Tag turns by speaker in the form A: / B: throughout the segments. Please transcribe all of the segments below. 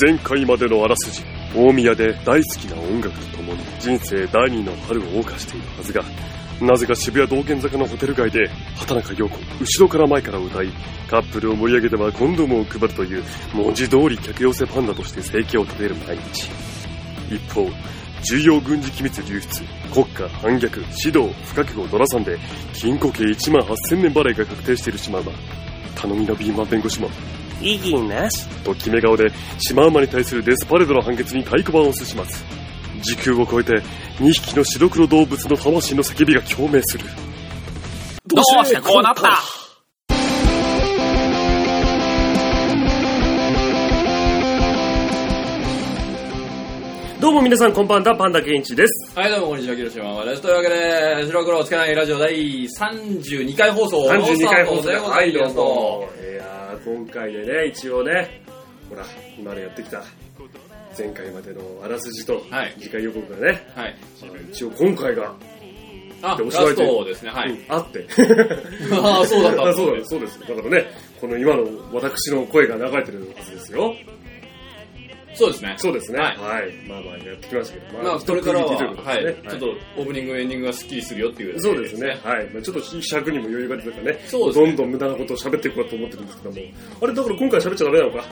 A: 前回までのあらすじ大宮で大好きな音楽とともに人生第二の春を謳歌しているはずがなぜか渋谷道玄坂のホテル街で畑中陽子後ろから前から歌いカップルを盛り上げてはコンドームを配るという文字通り客寄せパンダとして生計を立てる毎日一方重要軍事機密流出国家反逆指導不覚悟ドラさんで禁錮刑1万8000年払いが確定している島は頼みの敏腕弁護士も
B: 異議なし
A: と決め顔でシマウマに対するデスパレードの判決に太鼓判を押します時空を超えて2匹の白黒動物の魂の叫びが共鳴する
B: どうしてこうなったどうも皆さんこんばんは、パンダケンイチです。
C: はい、どうも、こんにちは、キロシママです。というわけで、白黒をつけないラジオ第32回放送
B: 32回放送
C: で
B: で
C: ご
B: ご
C: ざ
B: ざ
C: い
B: い
C: ま
B: ますす
C: と。
B: いやー、今回でね、一応ね、ほら、今までやってきた、前回までのあらすじと
C: はい、
B: 次回予告がね、
C: はい。
B: 一応今回が、
C: あ、
B: で
C: ラ
B: おしまい
C: ス
B: という
C: トですね、は
B: う
C: い。
B: んあって。
C: ああ、そうだった。
B: あ そうだ、そうです。だからね、この今の私の声が流れてるはずですよ。
C: そうですね。
B: そうですね。
C: はい
B: まあまあ、やってきましたけど、
C: まあ、これからは、は
B: はい
C: い、
B: ね。
C: ちょっとオープニング、エンディングがスッキリするよっていう。
B: そうですね。。はい。まあ、ちょっと尺にも余裕が出たからね。
C: そうですね
B: どんどん無駄なことを喋っていこうかと思ってるんですけども。あれ、だから今回喋っちゃダメなのか。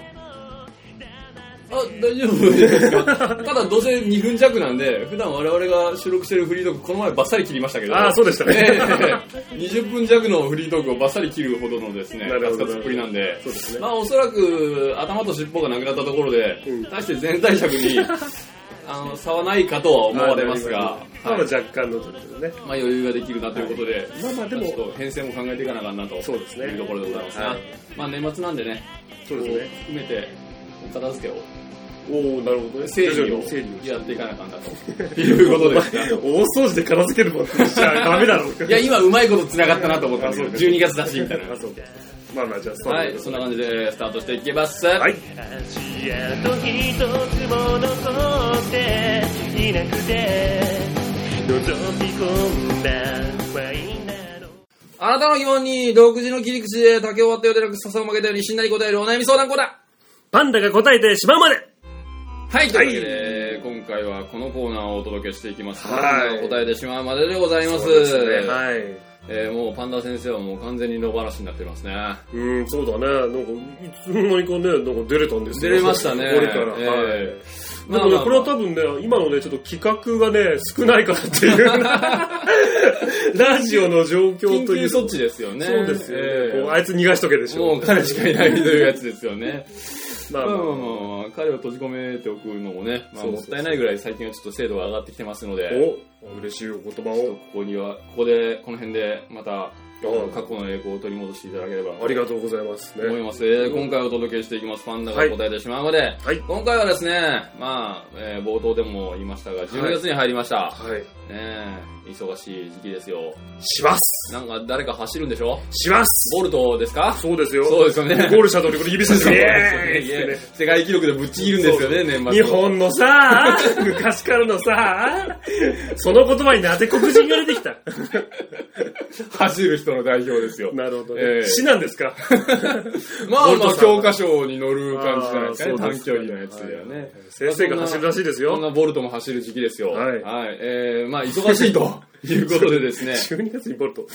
C: あ、大丈夫ですかただ、どうせ2分弱なんで、普段我々が収録してるフリートーク、この前バッサリ切りましたけど。
B: ああ、そうでした
C: ええ
B: ね。
C: 20分弱のフリートークをバッサリ切るほどのですね、
B: なる
C: カ
B: ほ
C: ツ
B: ど
C: カツっぷりなんで、
B: そうですね
C: まあおそらく頭と尻尾がなくなったところで、
B: うん
C: 対して全体尺にあの差はないかとは思われますが、
B: まあ
C: はい
B: まあ若干のところでね。
C: まあ余裕ができるなということで、
B: まあまあでも
C: ちょっと編成も考えていかなあかんなと
B: そうですね
C: いうところでございますが、
B: はい
C: まあ年末なんでね、
B: そうですね。
C: 含めて、お片付けを、
B: おおなるほどね。
C: 整理
B: 徐々
C: を
B: に整理を
C: やっていかなあかんなということですが、
B: お前大掃除で片付けるもんってしちゃダメだろ。
C: いや、今うまいこと繋がったなと思ったんですけど、
B: あそうか
C: 12月だし、みたいな
B: あ、。そうか。まあまあ、じゃあスタート。
C: はい、そんな感じでスタートしていきます。
B: はい。
D: 足跡一つも残っていなくて覗き込んだワインなの
C: あなたの疑問に独自の切り口で竹を割ったようでなく笹を曲げたようにしんなり答えるお悩み相談コーナー
B: パンダが答えてしまうまで
C: はい、というわけで、今回はこのコーナーをお届けしていきます。
B: はい
C: お答えてしまうまででございます。
B: そうですね。はい。
C: えーもうパンダ先生はもう完全に野放しになってますね。
B: うん、そうだね。なんか、いつの間にかね、なんか出れたんです
C: 出
B: よ
C: れましたね。
B: 俺から。はい。
C: えー
B: でもね、これは多分ね、今のね、ちょっと企画がね、少ないからって いう、ラジオの状況
C: 緊
B: と
C: 急
B: いう。
C: 措置ですよね。
B: そうですよ、ね
C: えー
B: こうあいつ逃がしとけでしょ。
C: もう彼しかいないというやつですよね。
B: まあ
C: まあ
B: ま
C: まあ
B: あ、
C: まあまあ、彼を閉じ込めておくのもね、まあ、
B: そう
C: も
B: そう
C: っ
B: そう
C: たいないぐらい最近はちょっと精度が上がってきてますので、
B: お嬉しいお言葉
C: ちょっと
B: を。
C: ここには、ここで、この辺で、また、
B: うん
C: 過去の栄光を取り戻していただければ。
B: ありがとうございますね。
C: 思います。えー今回お届けしていきます。パンダが答えてしまうまで。
B: はい
C: 今回はですね、まあ、えー冒頭でも言いましたが、12月に入りました。
B: はい。
C: ねえ忙しい時期ですよ。
B: します
C: なんか誰か走るんでしょ
B: します
C: ボルトですか
B: そうですよ。
C: そうですよね。
B: ゴールした通り、これ指さして、イエーイ
C: イエー
B: っ
C: イ
B: てね
C: 世界記録でぶっちぎるんですよね、年末。
B: 日本のさ、 昔からのさ、その言葉になぜ黒人が出て きた
C: 走る人の代表ですよ。
B: なるほど
C: ええ
B: ね。死なんです かボ
C: まあ
B: ル
C: まあ
B: トさん
C: 教科書に載る感じじゃないですかね、
B: あー
C: 短
B: そう
C: 距
B: ですね
C: 離のやつではね。
B: 先生が走るらしいです
C: こ
B: よ。
C: んなボルトも走る時期ですよ。
B: はい
C: えー、まあ忙し いということでですね。
B: 12月にボルト。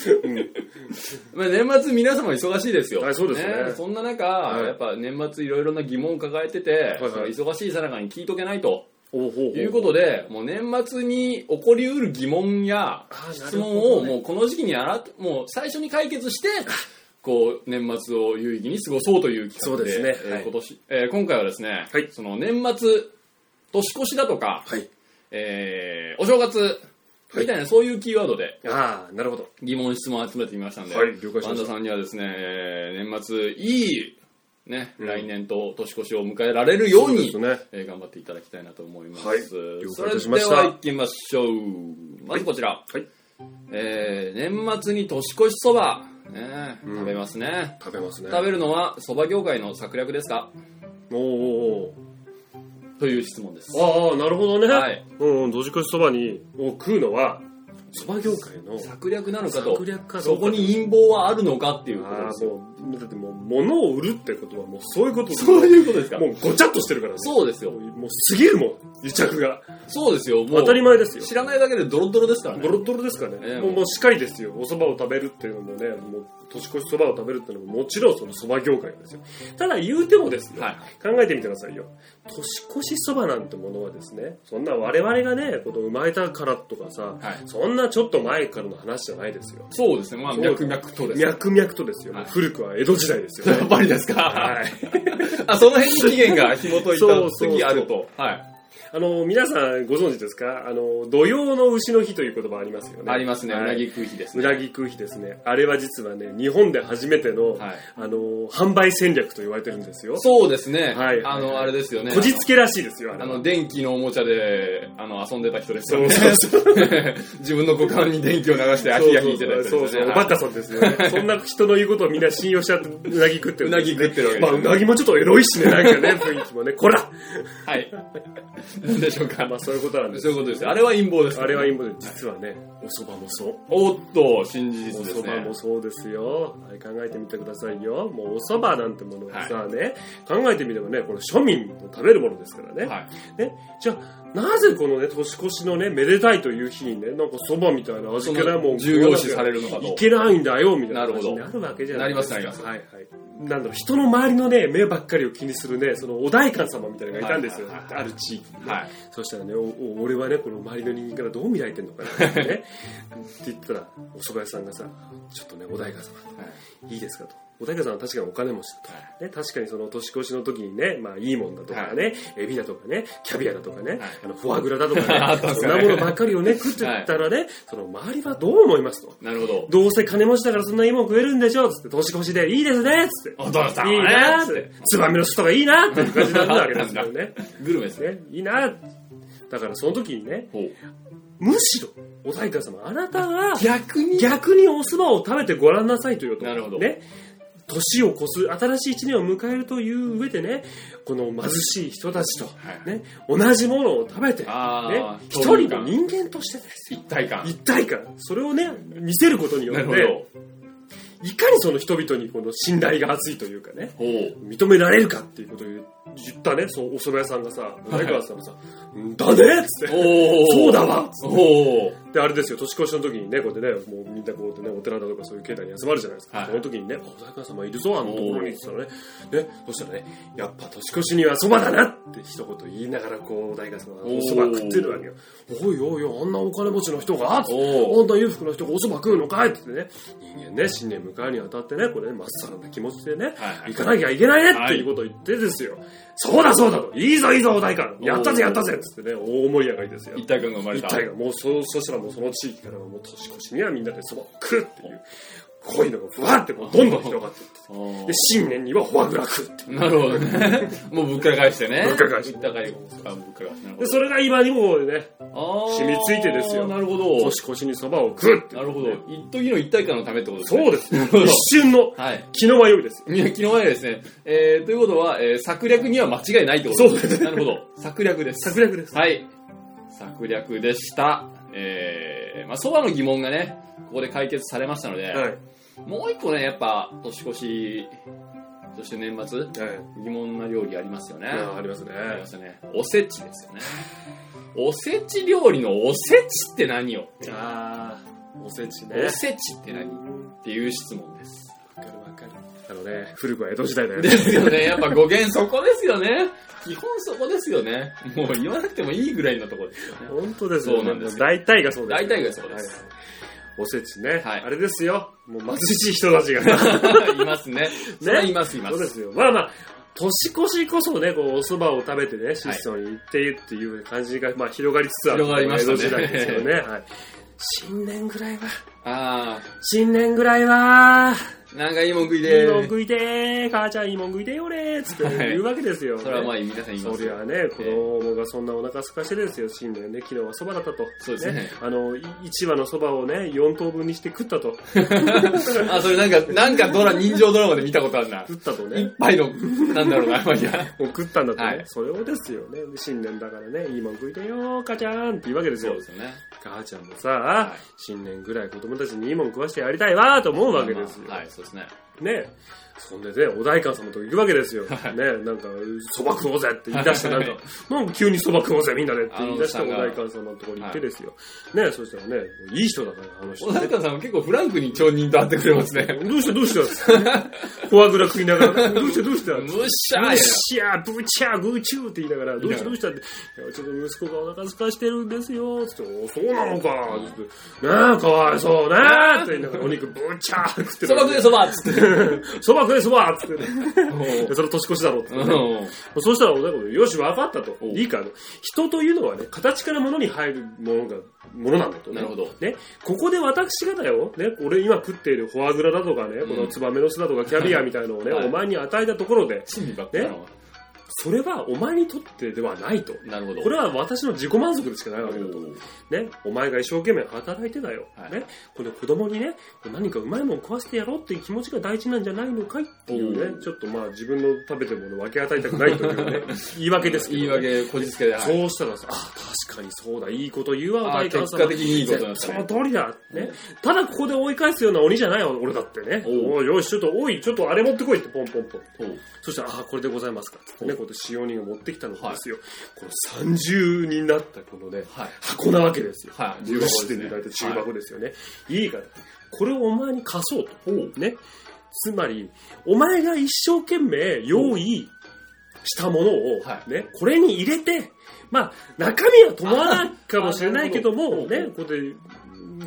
C: まあ年末皆様忙しいですよ。
B: はいそうですね
C: そんな中、
B: い
C: やっぱ年末いろいろな疑問を抱えてて、
B: はい
C: その忙しいさなかに聞いとけないと。
B: おうほう
C: いうことで、もう年末に起こりうる疑問や
B: あーな
C: 質
B: るほどね
C: 問をもうこの時期にあら、もう最初に解決して、こう、年末を有意義に過ごそうという企画で、
B: そうですね
C: えー
B: はい
C: 今年、えー今回はですね、
B: はい
C: その年末、年越しだとか、
B: はい
C: えーお正月、みたいな、そういうキーワードで
B: ああ、なるほど。
C: 疑問質問を集めてみましたんで、
B: はい了解しま
C: パン
B: した
C: ダさんにはですね、えー年末、いい、ね、
B: うん
C: 来年と年越しを迎えられるように、
B: そうですね
C: えー頑張っていただきたいなと思います。
B: はい了
C: そ
B: 解いた
C: れで
B: しました
C: は行きましょう。まずこちら。
B: はい。
C: えー年末に年越しそば、ね
B: うん
C: 食べますね。
B: 食べますね。
C: 食べるのはそば業界の策略ですか
B: おうおう
C: という質問です。
B: おうああ、なるほどね。
C: はい
B: うん、ドジコシそばにを食うのは、そば業界の
C: 策略なのかと
B: 策略かどうか
C: そこに陰謀はあるのかっていうこと
B: あ
C: で
B: あ、
C: すよ。
B: もう、
E: だってもう物を売るってことはもうそういうこと
C: そういうことですか
E: もうごちゃっとしてるからね
C: そうですよ
E: も。うもう過ぎるもん癒着が
C: そうですよ。もう
E: 当たり前ですよ
C: 知らないだけでドロドロですからね
E: ド。ロドロですかね、
C: ええ
E: もうもうしかりですよお蕎麦を食べるっていうのもねもう年越し蕎麦を食べるっていうのももちろんその蕎麦業界なんですよただ言うてもですね、
C: はい。
E: 考えてみてくださいよ年越しそばなんてものはですねそんな我々がねこの生まれたからとかさ、
C: はい
E: そんなちょっと前からの話じゃないですよ
C: そうですね。まあ、
E: そう
C: 脈々とです。
E: 脈々とですよ、
C: はい
E: 古くは江戸時代です よ
C: や
E: ね
C: っぱりですか。
E: はい
C: あ、その辺に期限が紐解い
E: そうそうそ
C: た
E: う
C: 時あると。はい。
E: あの皆さんご存知ですかあの土用の牛の日という言葉ありますよね
C: ありますね。
E: はいう
C: なぎ食い日です
E: う
C: ね。
E: なぎ食う日ですねあれは実はね日本で初めての、
C: はい。
E: あの販売戦略と言われてるんですよ
C: そうですね。
E: はい
C: あ
E: はい
C: の、あれですよね。
E: こじつけらしいですよあれ
C: あ
E: は
C: の、電気のおもちゃで、あの、遊んでた人ですよ
E: そう
C: ね。
E: そうそう
C: 自分の股間に電気を流して、飽きが引いてたやつです
E: そ
C: よ
E: う
C: ね。
E: そう、お
C: はい
E: バカさんですよね。そんな人の言うことをみんな信用しちゃって、うなぎ食って
C: う
E: るん
C: な
E: です
C: ぎ
E: よ。
C: 食ってるわけで
E: まあ、
C: す
E: う
C: ね。
E: なぎもちょっとエロいしね、なんかね、雰囲気もね。こら
C: はい。なんでしょうか
E: ま。あ、そういうことなんです
C: そういうことです。あれは陰謀です。
E: あれは今まで、実はね、お蕎麦もそう。
C: おっと、新事実
E: お
C: です
E: 蕎麦
C: ね
E: も。そうですよ。はい、考えてみてくださいよ。もうお蕎麦なんてものはさ、ね、考えてみればね、これ庶民の食べるものですからね。
C: はい。
E: ね、じゃあ、なぜこのね、年越しのね、めでたいという日にね、なんか蕎麦みたいな味
C: そ
E: 気ないも
C: の
E: ん
C: 重要視されるのか
E: い
C: と。
E: けないんだよみたいな
C: なるほ
E: 話
C: ど
E: になるわけじゃ
C: な
E: ない
C: り
E: で
C: ます
E: す
C: な
E: か。
C: ります
E: はいはい。なんだろう、人の周りのね、目ばっかりを気にするね、そのお代官様みたいなのがいたんですよ、
C: はいはいはい
E: ある地域にね。
C: はい。
E: そしたらねおお、俺はね、この周りの人間からどう見られてんのかなってね。って言ったら、お蕎麦屋さんがさ、ちょっとね、お代官様、いいですかと。お代官さんは確かにお金持ちだと。ね、確かにその年越しの時にね、まあいいもんだとかね、エビだとかね、キャビアだとかね、あのフォアグラだとか
C: あ
E: ね
C: ったん、す
E: そ
C: かね
E: んなものばっかりをね、食ってたらね、その周りはどう思いますと。
C: なるほど。
E: どうせ金持ちだからそんないいもん食えるんでしょつって、年越しで、いいですねつって。
C: お父さん
E: いいなーっ
C: ね
E: て。ツバメの人がいいなーっていう感じになるわけですよね。
C: グルメですね。
E: ね、いいなーだからその時にね、
C: ほう
E: むしろ、お代官様、あなたが
C: 逆に
E: 逆にお蕎麦を食べてごらんなさいというと。
C: なるほど
E: ね。年を越す、新しい一年を迎えるという上でね、この貧しい人たちと、ね、同じものを食べて、ね
C: あー、
E: 一
C: そういう
E: 人
C: か
E: の人間としてですよ
C: 一体感。
E: 一体感、それをね、見せることによ
C: な
E: っ
C: るほ
E: て、
C: ど。
E: いかにその人々にこの信頼が厚いというかね、
C: ほう。
E: 認められるかっていうことを言ったね、そう、お蕎麦屋さんがさ、大川さんがさ、んだねっつって。
C: おお。
E: そうだわ
C: おお。
E: で、あれですよ、年越しの時にね、こうやってね、もうみんなこうやってね、お寺だとかそういう境内に集まるじゃないですか。
C: はい
E: その時にね、お大川様いるぞ、あのところにって言ったらね、ね、そしたらね、やっぱ年越しには蕎麦だなって一言言いながら、こう、大川様がお蕎麦食ってるわけよ。おいおいおい、あんなお金持ちの人が、つって
C: おお。
E: あんな裕福な人がお蕎麦食うのかいって言ってね、人間ね、新年迎えるにあたってね、これね、まっさらな気持ちでね、
C: はいはい
E: 行かなきゃいけないね
C: は
E: っ
C: い
E: ていうことを言ってですよ、そうだそうだと、いいぞいいぞ、お代官、やったぜやったぜっつってね、大盛り上がりですよ
C: 一。体感が生まれ
E: 一
C: た。
E: 体が、もうそ、そしたらもうその地域からはもう年越しにはみんなで蕎麦を食うっていう、こういうのがふわってこうどんどん広がっていって、
C: おー
E: で、新年にはフォアグラ食うっていう。
C: なるほどね。もうぶっか返してね。
E: ぶっか返して
C: 一体感あぶっか返して。なるほ
E: で、
C: ど
E: それが今にもね、
C: あー
E: 染みついてですよ
C: なるほど。
E: 年越しに蕎麦を食うってい
C: な
E: う。
C: るほど。一時の一体感のためってことですね。
E: そうです。
C: ほど
E: 一瞬の
C: はい。
E: 気の迷いですよ。
C: いや昨日までですね。えー、ということは、えー、策略には間違いないってことです。なるほど。策略です。
E: 策略です。
C: はい。策略でした。えー、まあ、そばの疑問がね、ここで解決されましたので、
E: はい。
C: もう一個ね、やっぱ、年越し、そして年末、
E: はい。
C: 疑問な料理ありますよね。
E: あありますね。
C: ありますよね。おせちですよね。 おせち料理のおせちって何よ
E: ああ、おせちね。
C: おせちって何っていう質問です。
E: わかるわかる。あのね、古くは江戸時代だよ
C: で
E: ね。
C: すよね。やっぱ語源そこですよね。基本そこですよね。もう言わなくてもいいぐらいのとこですよね。
E: 本当ですよ、ね。
C: そうなんですよ
E: 大体がそうです、
C: 大体がそうです
E: はい。おせちね、
C: はい
E: あれですよ。もう貧しい人たちが さ。
C: いますね。それはいます、いま。
E: そうですすよ。まあまあ、年越しこそね、こう、お蕎麦を食べてね、質素に行っているっていう感じが、まあ、広がりつつある。
C: 広がりましたね
E: 江戸時代ですよ ね。はい。新年ぐらいは、
C: あ
E: 新年ぐらいは、
C: ー、なんかいいもん食い
E: いい
C: で
E: もん食いてー、母ちゃんいいもん食いてーよねーつって言うわけですよ。
C: それはまあ皆さん言いま
E: そ
C: す
E: り
C: よ。
E: ゃね、子供がそんなお腹空かしてですよ、新年ね、昨日はそばだったと。
C: そうですね
E: あの、い一羽のそばをね、4等分にして食ったと。
C: あ、それなんか、なんかドラ、人情ドラマで見たことあるな。
E: 食ったと
C: 一
E: ね。
C: 杯の、なんだろうな、まあいいや。
E: もう食ったんだとね、
C: はい
E: それをですよね、新年だからね、いいもん食いてよ、母ちゃんって言うわけです
C: そう
E: よ
C: で。すよね。
E: 母ちゃんもさ、新年ぐらい子供たちにいいもん食わしてやりたいわーと思うわけですよ。
C: まあまあはい、そうですね。
E: ね。そんでね、お代官様と行くわけですよ。ね、なんか、そば食おうぜって言い出して、なんか
C: はい、
E: なんか急にそば食おうぜみんなでって言い出して、
C: あ
E: お
C: のおっさんが
E: 代官様のところに行ってですよ。ね、そしたらね、いい人だから、あの人
C: 小。田さんは結構フランクに町人と会ってくれますね。
E: どうしたどうしたフォアグラ食いながら、どうしたどうした
C: むっしゃ
E: ブ
C: ーや
E: ッシャー、ブチャー、グーチューって言いながら、どうしたどうしたって、いやちょっと息子がお腹すかしてるんですよ、つって、おそうなのか、つって、ねえ、かわいそうね、って言いながら、お肉ブチャー食って
C: そば食えそばっつって。
E: え、そば食えそばつってね、
C: おう
E: それ年越しだろ、つって
C: う
E: ね、
C: ん
E: そうしたら、お腹よし、わかったと。
C: お
E: いいか、あの人というのはね、形から物に入るものが、ものなんだとね。
C: なるほど
E: ね、ここで私がだよ、ね、俺今食っているフォアグラだとかね、このツバメの巣だとかキャビアみたいのをね、
C: はい
E: お前に与えたところで、
C: 珍味ばっかりなの
E: それはお前にとってではないと。
C: なるほど。
E: これは私の自己満足でしかないわけだと。
C: おう
E: ね、お前が一生懸命働いてだよ。
C: はい
E: ね、これ子供にね、何かうまいもん食わせてやろうっていう気持ちが大事なんじゃないのかいっていう
C: お
E: ね、
C: う
E: ちょっとまあ自分の食べてるものを分け与えたくないというね、 言い訳ですけど、
C: 言い訳、こじつけで。はい
E: そうしたらさ、あ、確かにそうだ、いいこと言うわ、
C: あ
E: 大官様
C: 結果的にいいことだった
E: そ
C: ね
E: の通りだ、ね。ただここで追い返すような鬼じゃないよ、俺だってね。
C: おう
E: おい、よし、ちょっと、おい、ちょっとあれ持ってこいって、ポンポンポン。
C: おう
E: そしたら、あ、これでございますか。つってね、こうやって使用人が持ってきたのですよ。この30になったこのね、
C: はい。
E: 箱なわけですよ。
C: はい。
E: 許して
C: 15
E: ね、大体
C: です
E: 中箱ですよね。い、いから、これをお前に貸そうと。ね。つまり、お前が一生懸命用意したものを、
C: は
E: ね、これに入れて、まあ、中身は伴わないかもしれないけど
C: あなる
E: も、
C: ほど
E: ね、これで、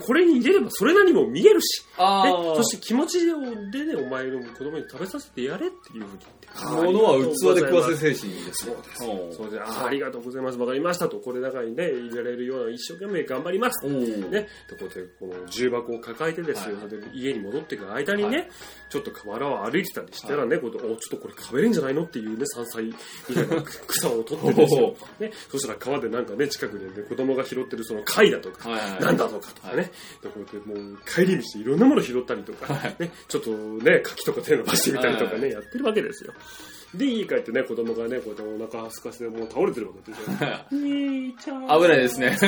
E: これに入れればそれなりにも見えるし、
C: あ
E: ね、
C: ー
E: そして気持ちでね、お前の子供に食べさせてやれっていうふうに言って。
C: 物は器で食わ
E: せ
C: せ精神です。そうです。
E: それで、あーありがとうございます、わかりましたと、これ中にね、入れられるような一生懸命頑張ります。
C: おう
E: ね、でこうやってこの重箱を抱えてですよ、
C: はい
E: で家に戻っていく間にね、
C: は
E: ちょっと河原を歩いてたりしたらね、こうやっておちょっとこれ食べれんじゃないのっていうね、山菜みたいな草を取ってです よ、ね、そしたら川でなんかね、近くで、ね、子供が拾ってるその貝だとか、
C: はいはい。
E: なんだとかとかね、でこうやってもう帰り道でいろんなもの拾ったりとか、ね、ちょっとね、柿とか手伸ばしてみたりとか
C: はいは
E: ね、やってるわけですよ。で、家帰ってね、子供がね、こうやってお腹すかせてもう倒れてるわ けですよ。兄ちゃん
C: 危ない ですね。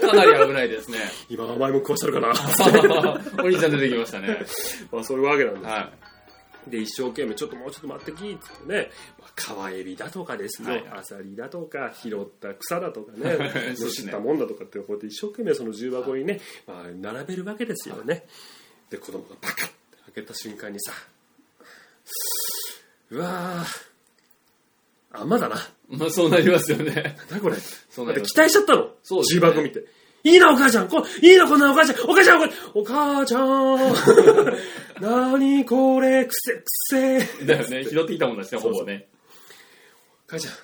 C: かなり危ないですね。
E: 今お前も食わしてる かな
C: お兄ちゃん出てきましたね。
E: まあそういうわけなんです。
C: は
E: で、一生懸命、ちょっともうちょっと待ってきってね、まあ、川エビだとかですね、
C: はい
E: アサリだとか、拾った草だとか
C: そう、
E: ね
C: です
E: の
C: ね
E: しったもんだとかって、こうやって一生懸命その重箱にね、まあ、並べるわけですよね。で、子供がパカッて開けた瞬間にさ、うわぁ、あんまだな。
C: い。まあそうなりますよね。
E: なんだこれ。
C: そうな
E: だって
C: りま
E: 期
C: す。
E: 待しちゃったの。
C: そうです
E: 重
C: ね
E: 箱見て。いいな、お母ちゃんこいいな、こんなお母ちゃんお母ちゃんこれお母ちゃん なにこれ、くせ、くせ
C: だよね。拾ってきたもんだしね、ほぼね。
E: 母ちゃん、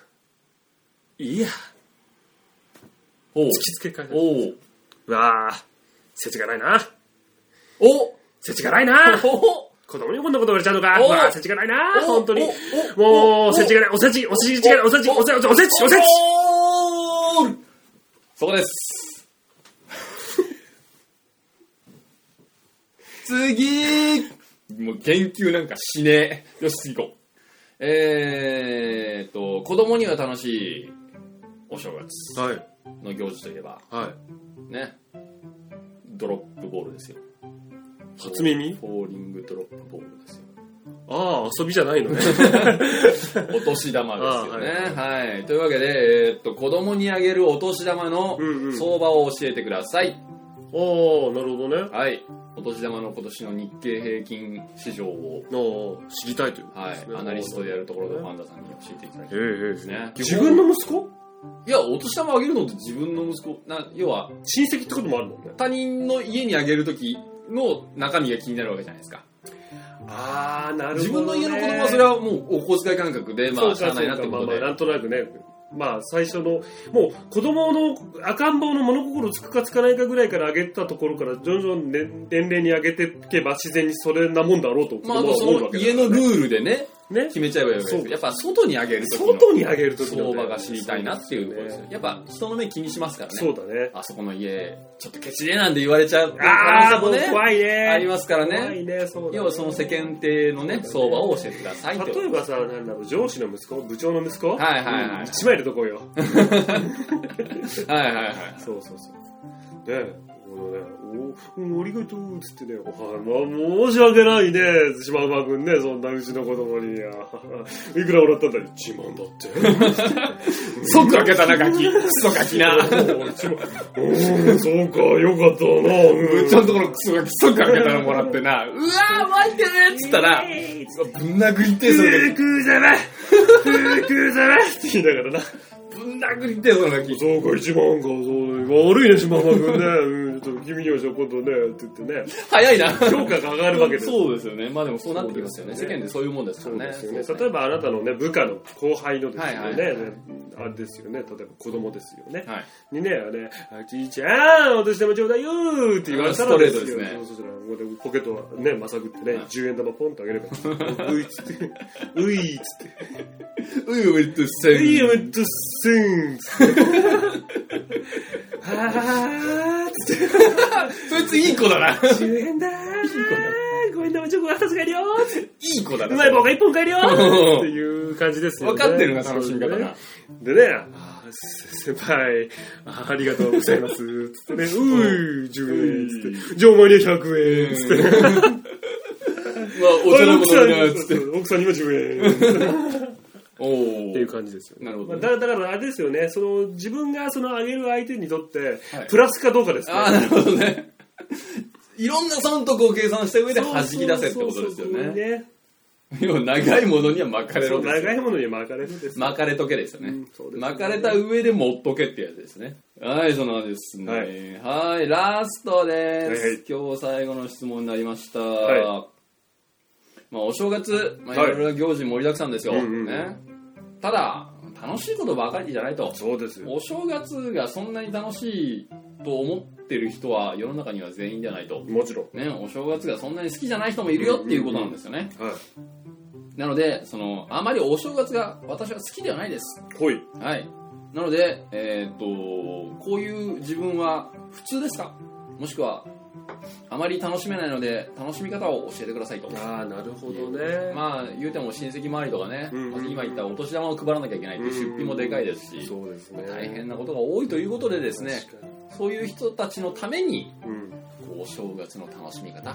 E: いいや、
C: おう
E: 突きつけ母ちゃん。
C: おう
E: うわあ、せちがないな。
C: お
E: せちがないな。
C: お
E: 子供にこんなこと言われちゃうのか。
C: お
E: うわあ、せちがないな。
C: お
E: 本当に。
C: おお
E: もう、
C: お
E: せちがない。おせち、おせちがない。おせち、おせち、おせち、おせち。
C: おーそこです。次もう言及なんかしねえ。よし、次行こう。えーっと、子供には楽しいお正月
E: はい、
C: の行事といえば、
E: はい。
C: ね、ドロップボールですよ。
E: 初耳
C: フォーリングドロップボールです よ。
E: ああ、遊びじゃないのね。
C: お年玉ですよね。
E: あ
C: はい、というわけで、えーっと、子供にあげるお年玉の
E: うんうん
C: 相場を教えてください。
E: おおなるほどね。
C: はい。お年玉の今年の日経平均市場を、
E: の知りたいということ
C: は
E: ですね。
C: い、アナリストでやるところで
E: ね
C: パンダさんに教えていただき
E: え
C: た
E: え
C: い。
E: ええ
C: ね
E: 自分の息子
C: いや、お年玉あげるのって自分の息子、な要は、
E: 親戚ってこともあるもんね。
C: 他人の家にあげるときの中身が気になるわけじゃないですか。
E: ああ、なるほ
C: 自分
E: ど、ね。
C: の家の子供はそれはもうお小遣い感覚で、ま
E: そう
C: あ、
E: か
C: しゃあないなっ
E: そ
C: て
E: うか
C: こと
E: まあ
C: で
E: まあ、。なんとなくね。まあ、最初の、もう、子供の赤ん坊の物心つくかつかないかぐらいから上げたところから、徐々にね年齢に上げていけば自然にそれなもんだろうと、子
C: まあ、あ
E: 供
C: と
E: は
C: そ
E: 思うわ
C: の
E: け
C: 家のルールでね、
E: ね。
C: 決めちゃえばいいわけです
E: そう
C: よ。やっぱ外にあげるときの
E: 外に上げるとき
C: 相場が知りたいなっていうところですよ。やっぱ人の目気にしますからね。
E: そうだね。
C: あそこの家、ちょっとケチでなんて言われちゃう
E: あ
C: 可能
E: あ、も
C: 性も
E: う
C: ね、
E: 怖いね。
C: ありますから
E: 怖
C: ね。
E: いね、そうだね
C: 要はその世間体のね、相場を教えてくださいってこと
E: 例えばさ、なんだろう、上司の息子、部長の息子、
C: はいはいはい
E: うん一枚入れとこうよ。
C: はいはいはい。
E: そうそうそう。ね、このね、う、うん、ありがとう、つってね、おは、まあ、申し訳ないね、島間くんね、そんなうちの子供に。あははいくらもらったんだ ?1 万だって。
C: 即開けたな、ガキ。クソガキな。
E: おー一万うん、そうか、よかったな。う
C: 部
E: ん
C: 長のところクソガキ、即開けたのもらってな。うわー、巻いてるっつった ら、ぶん殴りて、その時。
E: クーザラクーザラって言いながらな。
C: ぶん殴りて、その時。
E: そうか、一番か、そうだ悪いね、島間くんね。うん、ちょっと君にはじゃあ今度ね、って言ってね。
C: 早いな。
E: 評価が上がるわけですよ。
C: そうですよね。まあでもそうなってきますよね。
E: そうで
C: 世
E: すよね
C: 間でそういうもんですか
E: そう
C: ら
E: で
C: ね。
E: すよね
C: そうですね
E: 例えばあなたのね部下の後輩のですよね、
C: はいはいはい
E: あれですよね例えば子供ですよね、
C: はい。
E: にねあれあ「じいちゃんお年玉ちょうだいよ」って言われた
C: ス
E: ら
C: トレートですね
E: そうそうそうこうでポケットをねまさぐってね、
C: はい
E: 10円玉ポンとあげれば「 うい」っつって「うい」っつって
C: ういういっと
E: 「ういよ
C: せ
E: めっちゃせん」っつって「はーっつって
C: そいついい子だな。
E: 「10円だー5円玉チョコが2つがりよー」っつって
C: いい子だ
E: 「う
C: な。
E: まい棒が1本帰るよー」 っていう感じですよね
C: 分かってるな、楽しみ方
E: そうです
C: が
E: ね。でね、あーせ先輩、あーありがとうございます。つ ってね、うー、10円、つって。じゃあお前には100円、つって。
C: まあ、お茶の子
E: 奥さ
C: だ
E: んに
C: な、つって。
E: 奥さんにも10円。っ
C: お
E: てい
C: ー。
E: う感じですよね。
C: なるほ
E: まあ
C: ど。
E: だだからあれですよね、その自分がそのあげる相手にとって
C: はい、
E: プラスかどうかですね。
C: ああ、なるほどね。いろんな損得を計算した上で弾き出せってことですよ
E: そうそうそう
C: ね。
E: ね。
C: 要は長いものには巻かれ
E: そ
C: ろ
E: う
C: ですよ
E: 長いものに巻かれるですよ。
C: 巻かれとけですよね
E: うんそうです。ね
C: 巻かれた上で持っとけってやつですね。はい、そのですね。
E: は
C: はい、ラストで
E: はいはい
C: す。今日最後の質問になりました。
E: は
C: まあ、お正月、まあ、い
E: はい
C: ろいろ行事盛りだくさんですよ。
E: うんうん
C: ね、ただ、楽しいことばかりじゃないと。
E: そうですよ。
C: お正月がそんなに楽しいと思ってる人は世の中には全員じゃないと。
E: もちろん。
C: ね、お正月がそんなに好きじゃない人もいるよっていうことなんですよね。
E: は
C: なので、その、あまりお正月が私は好きではないです。
E: い。ほい。
C: はい。なので、えーっと、こういう自分は普通ですかもしくは、あまり楽しめないので、楽しみ方を教えてくださいと。
E: ああ、なるほどね。
C: まあ、言うても親戚周りとかね、
E: うんうん
C: 今言ったお年玉を配らなきゃいけないっていう出費もでかいですし、
E: そうですね。
C: 大変なことが多いということでですね、
E: 確かに。
C: そういう人たちのために、
E: うん。
C: こう、お正月の楽しみ方、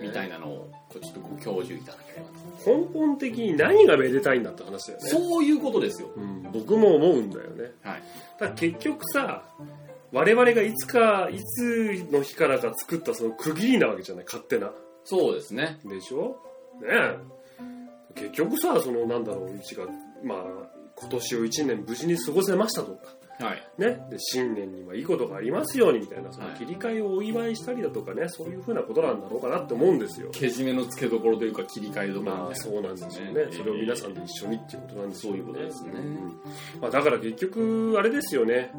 C: みたいなのを、こうちょっとご教授いただければと。
E: 根本的に何がめでたいんだって話だよね。
C: そういうことですよ。
E: うん、僕も思うんだよね。
C: はい。
E: だから結局さ、我々がいつか、いつの日からか作ったその区切りなわけじゃない、勝手な。
C: そうですね。
E: でしょねえ。結局さ、そのなんだろう、うちが、まあ、今年を一年無事に過ごせましたとか、
C: はい。
E: ね。で、新年にはいいことがありますようにみたいな、その
C: はい
E: 切り替えをお祝いしたりだとかね、そういうふうなことなんだろうかなって思うんですよ。
C: けじめのつけどころというか、切り替えどころみたいな
E: まあそうなんですよね
C: ね。
E: それを皆さんで一緒にっていうことなんですよね。
C: そういうことですね
E: うんまあだから結局、あれですよね。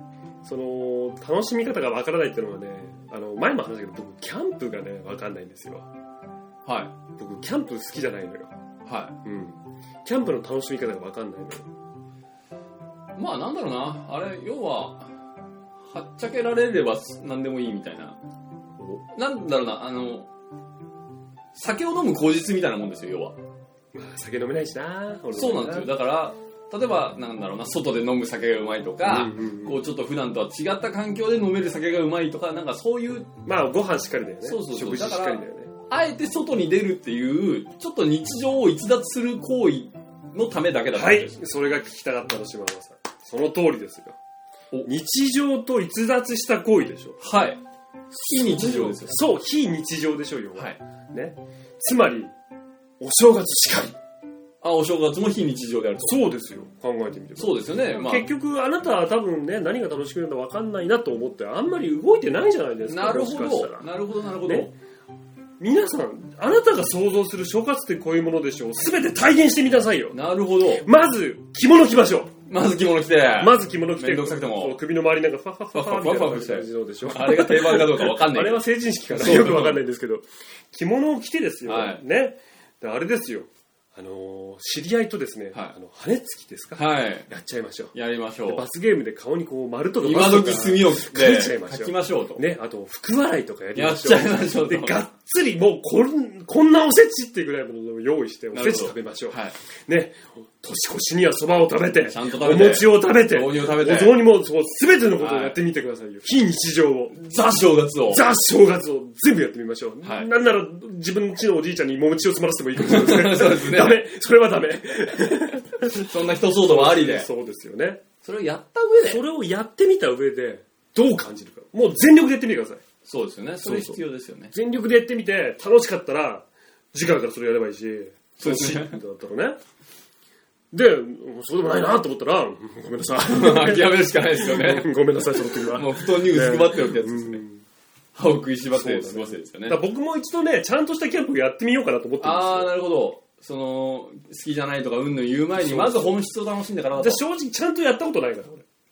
E: その、楽しみ方がわからないっていうのはね、あの、前も話したけど、僕、キャンプがね、わかんないんですよ。
C: はい。
E: 僕、キャンプ好きじゃないのよ。
C: は
E: うん。キャンプの楽しみ方がわかんないのよ。
C: い。まあ、なんだろうな。あれ、要は、はっちゃけられれば何でもいいみたいな。なんだろうな、あの、酒を飲む口実みたいなもんですよ、要は。
E: まあ、酒飲めないしな俺も
C: そうなんですよ。だから、例えば、なんだろうな、外で飲む酒がうまいとか、
E: うんうんうん
C: こう、ちょっと普段とは違った環境で飲める酒がうまいとか、なんかそういう、
E: まあ、ご飯しっかりだよね。
C: そうそうそう
E: 食事しっかりだよね。
C: あえて外に出るっていう、ちょっと日常を逸脱する行為のためだけだと
E: は
C: 思うん
E: い
C: です、
E: それが聞きたかったの、島山さん。その通りですよ
C: お。
E: 日常と逸脱した行為でしょ。
C: はい。非日常ですよ。
E: そう、非日常でしょうよ。
C: はい。
E: ね。つまり、お正月しかり。
C: あ、お正月も非日常であると。
E: そうですよ。考えてみてください
C: そうですよね。まあ、
E: 結局、あなたは多分ね、何が楽しめるのか分かんないなと思って、あんまり動いてないじゃないですか。
C: なるほ
E: もしか
C: ど
E: した。ら
C: なるほど、なるほど。
E: ね皆さん、あなたが想像する正月ってこういうものでしょう。すべて体現してみなさいよ。
C: なるほど。
E: まず、着物着ましょ
C: まず着物着て。
E: う。まず着物着て。
C: めんどくさくても
E: こう首の周りなんか、ファッファッファッファッみたいな
C: ファッファッファッして
E: 感じのでしょう。
C: あれが定番かどうかわかんないけ
E: あれ
C: ど。
E: は成人式かな
C: そう
E: よくわかんないんですけど、着物を着てですよ、
C: はい
E: ね。であれですよ、あのー知り合いとですね、
C: はい
E: あの羽根つきですか、
C: はい。
E: やっちゃいましょう。
C: やりましょ
E: で
C: う。
E: 罰ゲームで顔にこう丸とか
C: 今
E: バツと
C: 時
E: か
C: 墨を切っ
E: 書い
C: て、
E: ちゃいましょう
C: 書きましょうと。
E: ね、あと福笑いとかやり
C: や
E: ま
C: っ
E: しょ
C: ち
E: う。
C: ゃいましょうと
E: で、。がっつりもうこんこんなおせちっていうぐらいのものを用意してお
C: な
E: せ
C: る
E: ち
C: ほど
E: 食べましょう、
C: はい。
E: ね年越しにはそばを食べて
C: ちゃんと食べて
E: お餅を食べて
C: 豆乳を食べて
E: お雑煮もそう全てのことをやってみてくださいよ、非日常を
C: ザ正月を。
E: ザ正月を全部やってみましょう、
C: はい
E: なんなら自分家のおじいちゃんにもみちを詰まらせてもいいかもしれません
C: そうですね
E: ダメそれはダメ
C: そんな人相当もありで。
E: そうですよね
C: それをやった上
E: そ
C: で。
E: れをやってみた上でどう感じるかもう全力でやってみてください
C: そうですよね。それ必要ですよね。
E: 全力でやってみて楽しかったら次回からそれやればいいし
C: そう
E: 楽
C: です
E: しい
C: ね
E: んだったらねでうんそうでもないなと思ったらうんごめんなさい
C: 諦めるし かないですよね。
E: ごめんなさいその時は
C: もう布団にうずくまっておくやつです
E: う
C: ね。
E: ん
C: 歯を食いしばって過ごせですよね
E: だ。から僕も一度ねちゃんとしたキャンプをやってみようかなと思ってるんです
C: ああ、
E: よ
C: なるほど。その、好きじゃないとか、うんぬん言う前に、まず本質を楽しんでからだ
E: じ
C: と
E: ゃあ。正直ちゃんとやったことないから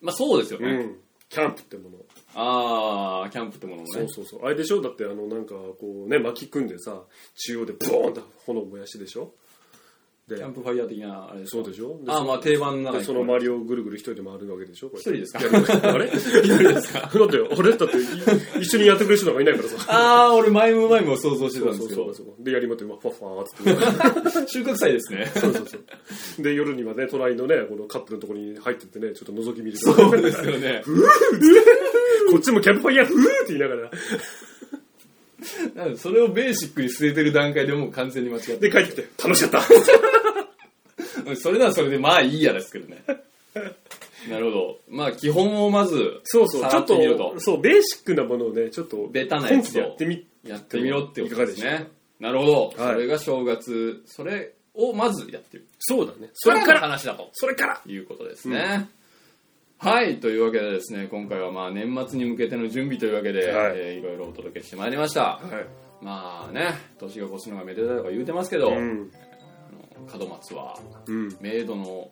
C: まあそうですよ
E: 俺
C: ね。
E: うんキャンプってもの
C: ああ、キャンプってものもね。
E: そうそうそうあれでしょだってあのなんかこうね巻き組んでさ中央でボーンと炎燃やしてでしょで
C: キャンプファイヤー的な、あれです
E: そうでしょで
C: ああ、まあ定番の中
E: で
C: に。
E: その周りをぐるぐる一人で回るわけでしょこれ
C: 一人ですか
E: いやあれ 一人です かだって俺だってい一緒にやってくれる人なんかいないからさ
C: ああ、俺、マイムマイムを想像してた
E: そ
C: んです
E: うそう
C: け
E: そう
C: ど。
E: そうでやりまってファファーっつって
C: 収穫祭ですね。
E: そうそうそうで夜にはね隣のねこのカップルのところに入ってってねちょっと覗き見ると
C: そうですよ ね。
E: こっちもキャンプファイヤーふーって言いながら
C: なんでそれをベーシックに据えてる段階でもう完全に間違って
E: で帰ってきて楽しかった
C: る。それならそれで、まあいいやですけど ね。なるほど。まあ基本をまず、
E: そうそう
C: さ
E: ちょ
C: ら
E: っ
C: ってみろ
E: と
C: と。
E: そうベーシックなものをねちょっと
C: ベタなやつを
E: 本気でやってみ
C: やってみろってことです
E: いかがでし
C: ね。なるほど。
E: はい
C: それが正月、それをまずやってる。
E: そうだね
C: そ
E: それ
C: れ
E: か
C: から
E: ら
C: 話だと。
E: それから
C: いうことですね。はい。というわけでですね、今回はまあ年末に向けての準備というわけで、
E: はい
C: いえーいろいろお届けしてまいりました。
E: はい
C: まあね、年が越すのがめでたいとか言うてますけど、
E: うん
C: あの門松は
E: うん
C: メイドの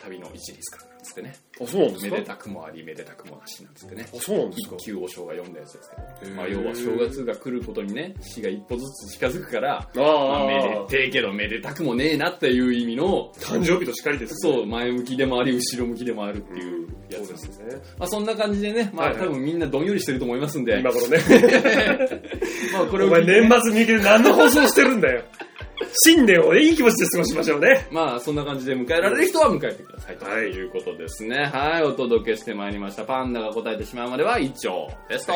C: 旅の一律からなんつってね、
E: あそうなんです
C: め
E: か
C: でたくもあり、めでたくもなしなんつってね。
E: あそうなんですか
C: 一級お正が読んだやつですけど、
E: へー
C: まあ、要は正月が来ることにね死が一歩ずつ近づくから
E: ああ
C: まあ、めでてえけどめでたくもねえなっていう意味の
E: 誕生日としかりですね
C: そう前向きでもあり後ろ向きでもあるっていうや
E: そう
C: つ、
E: ですね
C: まあ、そんな感じでね、まあ、
E: はいはい
C: 多分みんなどんよりしてると思いますんで、
E: 今頃ね
C: まあ、これ
E: お
C: を聞
E: 前
C: いて、
E: 年末に向けて何の放送してるんだよ新年をいい気持ちで過ごしましょうね
C: まあ、そんな感じで迎えられる人は迎えてくださいと
E: はい
C: いうことですねはいお届けしてまいりましたパンダが答えてしまうまでは以上ですと、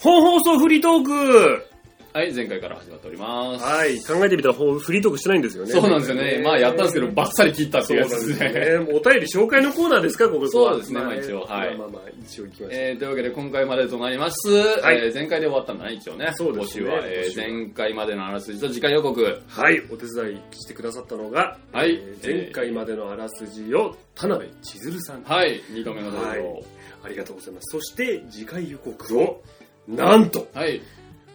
E: 本放送フリートーク
C: はい前回から始まっております
E: はい考えてみたらほんフリートークしてないんですよね
C: そうなんですよね。まあやったんですけど、バッサリ切ったって
E: そ
C: いうう
E: な
C: や
E: ん
C: つ
E: で
C: ですね。
E: すねお便り紹介のコーナーですかここは
C: そうですね
E: まあ
C: まあ一応はい
E: まあまあまあ一応行きましょ
C: えーというわけで今回までとなります。
E: はい
C: えー前回で終わったんだね、一応ね。
E: そうですね
C: 募集は、えー
E: 募集は
C: 前回までのあらすじと次回予告。
E: うはいお手伝いしてくださったのが
C: はい
E: えー前回までのあらすじを田辺千鶴さん
C: はい、2度目の登
E: は
C: 場。
E: ありがとうございますそして次回予告をなんと
C: はい、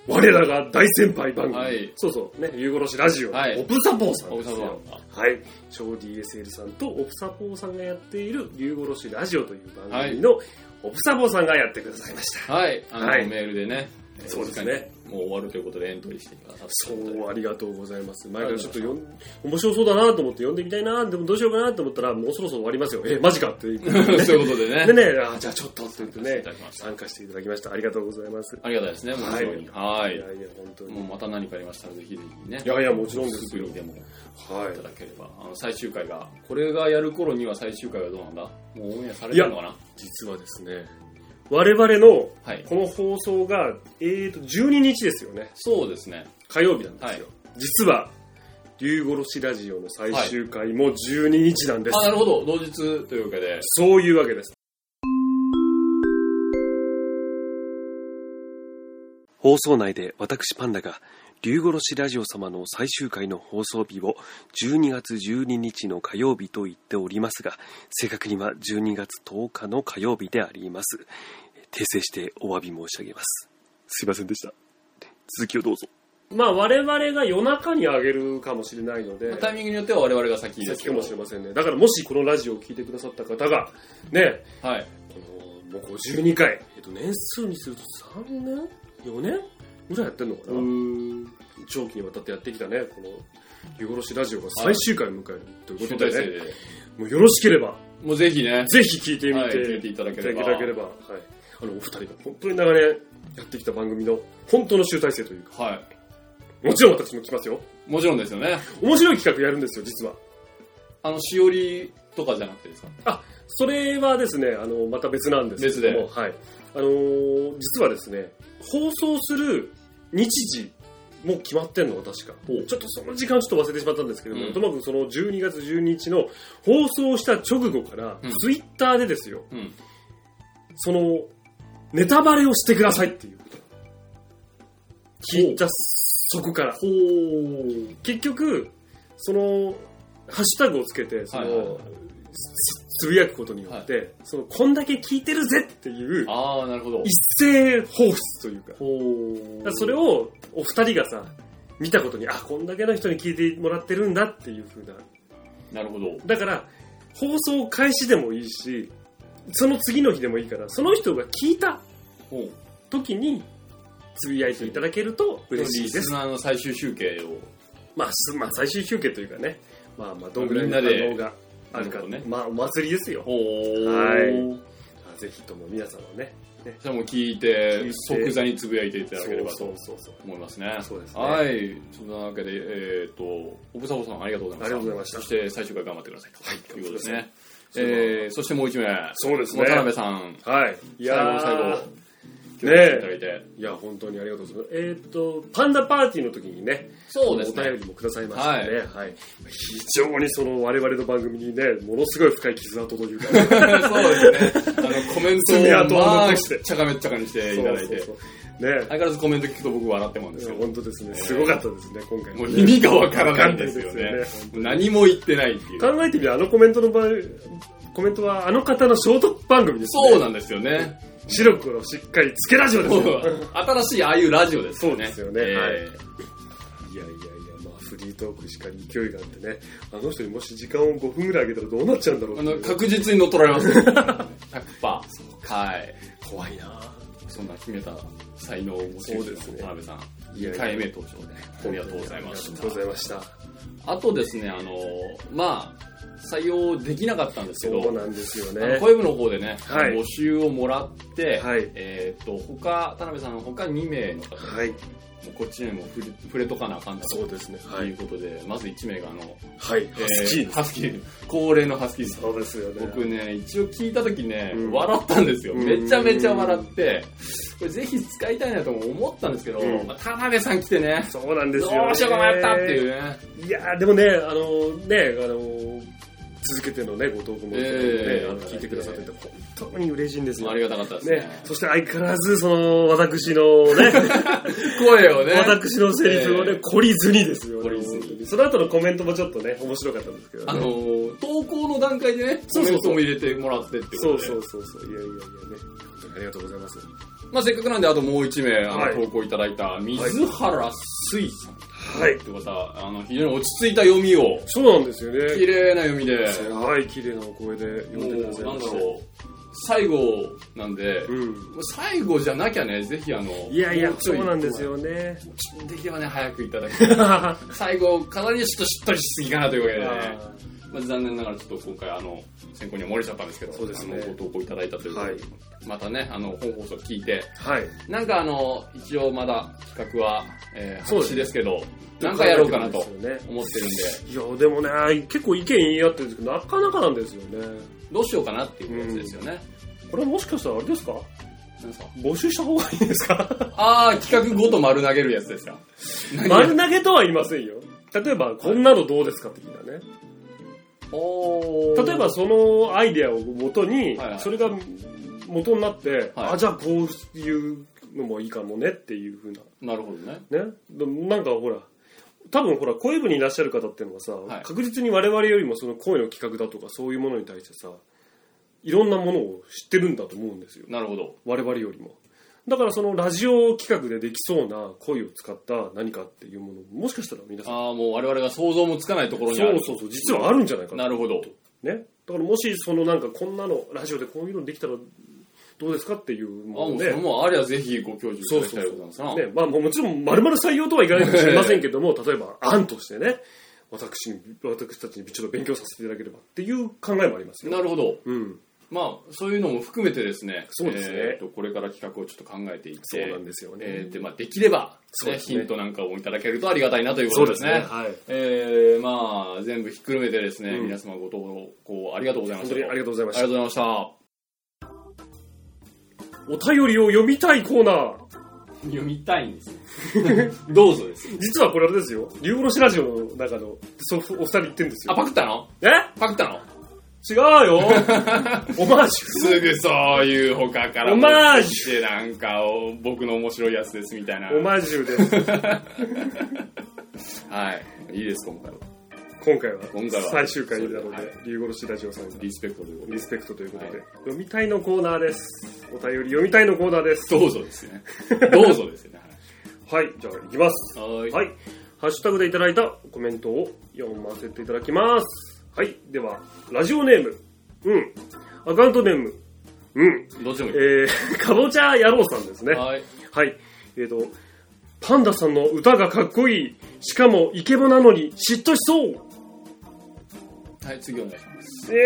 E: 我らが大先輩番組、
C: はい
E: そうそうね夕殺しラジオ、
C: はい
E: オプサポーさん
C: 大
E: で
C: 草
E: す
C: さん
E: よはい超 DSL さんとオプサポーさんがやっている夕殺しラジオという番組の、オプサポーさんがやってくださいました
C: はい、あの、
E: はい
C: メールでね。えー
E: そうですね。
C: 次回もう終わるということでエントリーしてくださ った
E: そ
C: ということで
E: うありがとうございます前からちょっとよん面白そうだなと思って読んでみたいなでもどうしようかなと思ったらもうそろそろ終わりますよえマジかって言って、
C: そういうことでね。
E: でねあじゃあちょっとって言って
C: い
E: ね
C: ただきました
E: 参加していただきましたありがとうございます
C: ありがたいですね、もう非常に。はいい
E: や。いや本当に
C: もうまた何かありましたらぜひぜひね。
E: いやいやもちろんです
C: すぐにでも。
E: はい
C: いただければ、あの最終回が、これがやる頃には最終回はどうなんだもうオンエアされてるのかな
E: 実はですね我々の
C: はい。
E: この放送が、えー、と12日ですよね
C: そうですね。
E: 火曜日なんですよ、実は竜殺しラジオの最終回も12日なんです、
C: あ、なるほど。同日というわけで。
E: そういうわけです
B: 放送内で私パンダが竜殺しラジオ様の最終回の放送日を12月12日の火曜日と言っておりますが正確には12月10日の火曜日であります訂正してお詫び申し上げますすいませんでした続きをどうぞ
E: まあ我々が夜中に上げるかもしれないので
C: タイミングによっては我々が先です
E: 先
C: け
E: か
C: ど。
E: もしれませんねだからもしこのラジオを聞いてくださった方がね
C: はい。
E: このもう52回、えっと、年数にすると3年4年ぐらいやってんのかな、長期にわたってやってきたねこの「見殺しラジオ」が最終回を迎えるというこ
C: 集
E: と
C: 大
E: で
C: 成
E: ね
C: で。
E: もうよろしければ、
C: もうぜひね、
E: ぜひ聞いてみて、
C: はい、聞い
E: い
C: ていただけ
E: ただ
C: れば。
E: ければ、はい。あの、お二人が本当に長年やってきた番組の本当の集大成というか、
C: は
E: もちろん私も来ますよ。
C: い。もちろんですよね。
E: 面白い企画やるんですよ、実は。
C: あの、しおりとかじゃなくてですか
E: それはですね、あの、また別なんですけども、はい。あのー実はですね、放送する日時も決まってんのが確か。ちょっとその時間ちょっと忘れてしまったんですけれども、
C: うん
E: ともかくその12月12日の放送した直後から、
C: うん
E: ツイッターでですよ、
C: うん
E: その、ネタバレをしてくださいっていうこと。聞いた、そこから。結局、その、ハッシュタグをつけて、その、
C: はいはいはい
E: つつぶやくことによって、その、こんだけ聞いてるぜっていう、
C: ああ、なるほど。
E: 一斉放出というか、だか
C: ほ
E: らそれ
C: を、
E: をお二人がさ、見たことに、あ、こんだけの人に聞いてもらってるんだっていうふうな。
C: なるほど。
E: だから、放送開始でもいいし、その次の日でもいいから、その人が聞いた
C: ほう
E: 時に、つぶやいていただけると嬉し
C: リ
E: いで
C: ス
E: す。
C: ナーの最終集計を。
E: まあ、すまあ、最終休憩というかね、まあまあ、どんぐらいの
C: みんなで
E: 反応があるか
C: なるほどね
E: まあ、お祭りですよ。
C: ほう
E: はいあぜひとも皆さんはね、
C: じゃあもう聞い
E: 聞い
C: て
E: て、
C: 即座につぶやいていただければ
E: そ
C: と
E: うそうそうそう。
C: 思いますね。
E: そうですね
C: はい。そんなわけで、えっ、と、おぶさぼさんありがとうございました。
E: ありがとうございました
C: そして最終回頑張ってくださいと。はい。ということですね。
E: そうですね
C: えー、そしてもう一名。
E: そうですね
C: 渡辺さん。
E: はい。い
C: 最
E: や
C: 後、
E: ー
C: 最後。
E: ね
C: 協力していただいて。
E: いや、本当にありがとうございます。えーっ、と、パンダパーティーの時にね、
C: そうです
E: お
C: ね。
E: 便りもくださいましたね。はい。非常にその我々の番組にね、ものすごい深い傷跡というか、
C: そうですね。あの、コメント
E: 爪痕
C: を、
E: を
C: まあ、
E: 残して
C: ちゃかめっちゃかに していただいて。
E: そうそうそうね
C: 相、変わらずコメント聞くと僕笑ってもうんですけど。
E: 本当ですね、すごかったですね、今回
C: も
E: ね
C: う意味がわからないんですよね。
E: わかんない
C: も
E: ですよね
C: う何も言ってないっていう。
E: 考えてみれば、あのコメントの場合、コメントはあの方のショート番組ですね。
C: そうなんですよね。
E: 白黒しっかりつけラジオです
C: も
E: よ。
C: う新しいああいうラジオですよね。
E: そうですよね
C: えー
E: はいいやいやいや、まあ、フリートークしかり勢いがあってね、あの人にもし時間を5分ぐらいあげたらどうなっちゃうんだろう
C: あ
E: ってい
C: の
E: う
C: 確実に乗っ取られますよ。100%。はい。
E: 怖いな
C: そんな秘めた才能を持ち
E: そうで
C: 主
E: す
C: の
E: ね
C: 田辺さん、
E: いや
C: 2回目登場で、ありがとうございま
E: あり
C: し
E: がとうござ
C: た。
E: いました。
C: あとですね、あの、まあ、採用できなかったんですけ
E: そう
C: ど、
E: なんですよ
C: あの
E: ね。
C: 声部の方でね、
E: はい
C: 募集をもらって、
E: はい
C: えーっと、他、田辺さんの他2名の方、
E: はい。
C: もうこっちにも触れ触れとかなあかんだ
E: そうですね。
C: という。ことで、まず1名があの、
E: はい。
C: え
E: ハスキーです。
C: ハスキー、恒例のハスキーさん。
E: そうですよね。
C: 僕ね、一応聞いたときね、
E: うん
C: 笑ったんですよ。
E: うん
C: めちゃめちゃ笑って、これぜひ使いたいなとも思ったんですけど、
E: うん
C: まあ田辺さん来てね、
E: そうなんです
C: ど
E: よ、ね。
C: うしようか迷ったっていうね。
E: う。いやーでもね、あのね、あの続けてのね、ご投稿も、ね
C: ええ
E: あの聞いてくださってて、本当に嬉しいんですよ。
C: ありがたかったですね。
E: ね、そして相変わらず、その、私のね、
C: 声をね、
E: 私のセリフをね、
C: ええ
E: 懲りずにですよ、ね。
C: 懲りずに
E: 本当にその後のコメントもちょっとね、面白かったんですけどね。
C: あのー、投稿の段階でね、コ
E: そう
C: メ
E: そ
C: ン
E: うそ
C: ト
E: う
C: も入れてもらってってことで。
E: そうそうそうそう。いやいやいやね。本当にありがとうございます。
C: まあせっかくなんで、あともう一名、あの
E: はい
C: 投稿いただいた、水原水さん
E: はい。
C: という方、あの、非常に落ち着いた読みを、
E: そうなんですよね。
C: 綺麗な読みで、
E: はい、綺麗なお声で呼
C: も
E: ん
C: う、な
E: でく
C: ん
E: だ
C: だ
E: さいました。
C: ろう、最後なんで、
E: うん。
C: 最後じゃなきゃね、ぜひあの、
E: いやいや
C: も、ち
E: そ
C: ょいう
E: なんです。よね。
C: できればね、早くいただき たい最後、かなりちょっとしっとりしすぎかなというわけでね、まあ、残念ながらちょっと今回、あの、選考には漏れちゃったんですけど、
E: そうですね
C: あのご投稿いただいたということで、
E: はい
C: またね、あの、本放送聞いて、
E: はい。
C: なんかあの、一応まだ企画は、えー、
E: そう
C: 白
E: です
C: 紙ですけど、なんかやろうかなと
E: 考えてるんですよね
C: 思ってるんで、
E: いや、でもね、結構意見言い合ってるんですけど、なかなかなんですよね。
C: どうしようかなっていうやつですよね。
E: これもしかしたらあれですか
C: なんですか
E: 募集した方がいいですか
C: あー、企画ごと丸投げるやつですか。
E: 丸投げとは言いませんよ。例えば、こんなのどうですか的なね。
C: おー
E: 例えば、そのアイデアをもとに
C: はいは、い
E: それが元になって、
C: はい
E: あ、じゃあこういうのもいいかもねっていうふうな。
C: なるほどね。
E: ね、でもなんかほら多分ほら声部にいらっしゃる方っていうのはさ、
C: はい
E: 確実に我々よりもその声の企画だとかそういうものに対してさいろんなものを知ってるんだと思うんですよ
C: なるほど。
E: 我々よりもだからそのラジオ企画でできそうな声を使った何かっていうものもしかしたら皆さん
C: ああ、もう我々が想像もつかないところにあ
E: そう
C: る。
E: そうそう実はあるんじゃないかな
C: なるほど。
E: ねだからもしそのなんかこんなのラジオでこういうのできたらどうですかっていう
C: あも
E: もの
C: うそれ
E: で
C: もありゃぜひご教授いただきたいことなんですな。
E: ね、まあもちろん丸々採用とはいかないかもしれませんけども、例えば案としてね、私に私たちにちょっと勉強させていただければっていう考えもありますよ。
C: なるほど。
E: うん、
C: まあ、そういうのも含めてですね、
E: そうですね
C: えーとこれから企画をちょっと考えていって、
E: そうなんですよね。
C: えーでまあ、できれば、
E: そう
C: ね
E: です
C: ヒ
E: ね
C: ントなんかをいただけるとありがたいなということですね。
E: はい。
C: えーまあ、全部ひっくるめてですね、
E: うん
C: 皆様ご投稿ありがとうございま
E: 本
C: し
E: 当
C: た。
E: にありがとうございまし
C: ありがとうございました。
E: た。お便りを読みたいコーナー。
C: 読みたいんですね。どうぞです。
E: 実はこれあれですよ。竜殺しラジオの中の、そうお二人言ってるんです
C: あ、
E: よ。
C: パクったの
E: え
C: パクったの
E: 違う よ。オマージュ。
C: すぐそういう他から
E: オマージュ
C: ュてなんかを僕の面白いやつですみたいな。
E: オマージュです。
C: はい。いいです、今回は。
E: 今回は、
C: 今回は
E: 最終回なの
C: そうで
E: で、竜殺しラジオさんが
C: リスペクトということ
E: リ
C: で。
E: スペクトということで、
C: は
E: 読みたいのコーナーです。お便り読みたいのコーナーです。
C: どうぞです ね。どうぞですね。
E: はい、じゃあ行きます。
C: はい。
E: はい、ハッシュタグでいただいたコメントを読ませていただきます。はい、では、ラジオネーム、うん、アカウントネーム、うん、
C: どっちでもいい。
E: えー、かぼちゃ野郎さんですね。
C: はい。
E: はい。えっ、と、パンダさんの歌がかっこいい。しかもイケボなのに嫉妬しそう。い
C: はい、次お願いします。
E: や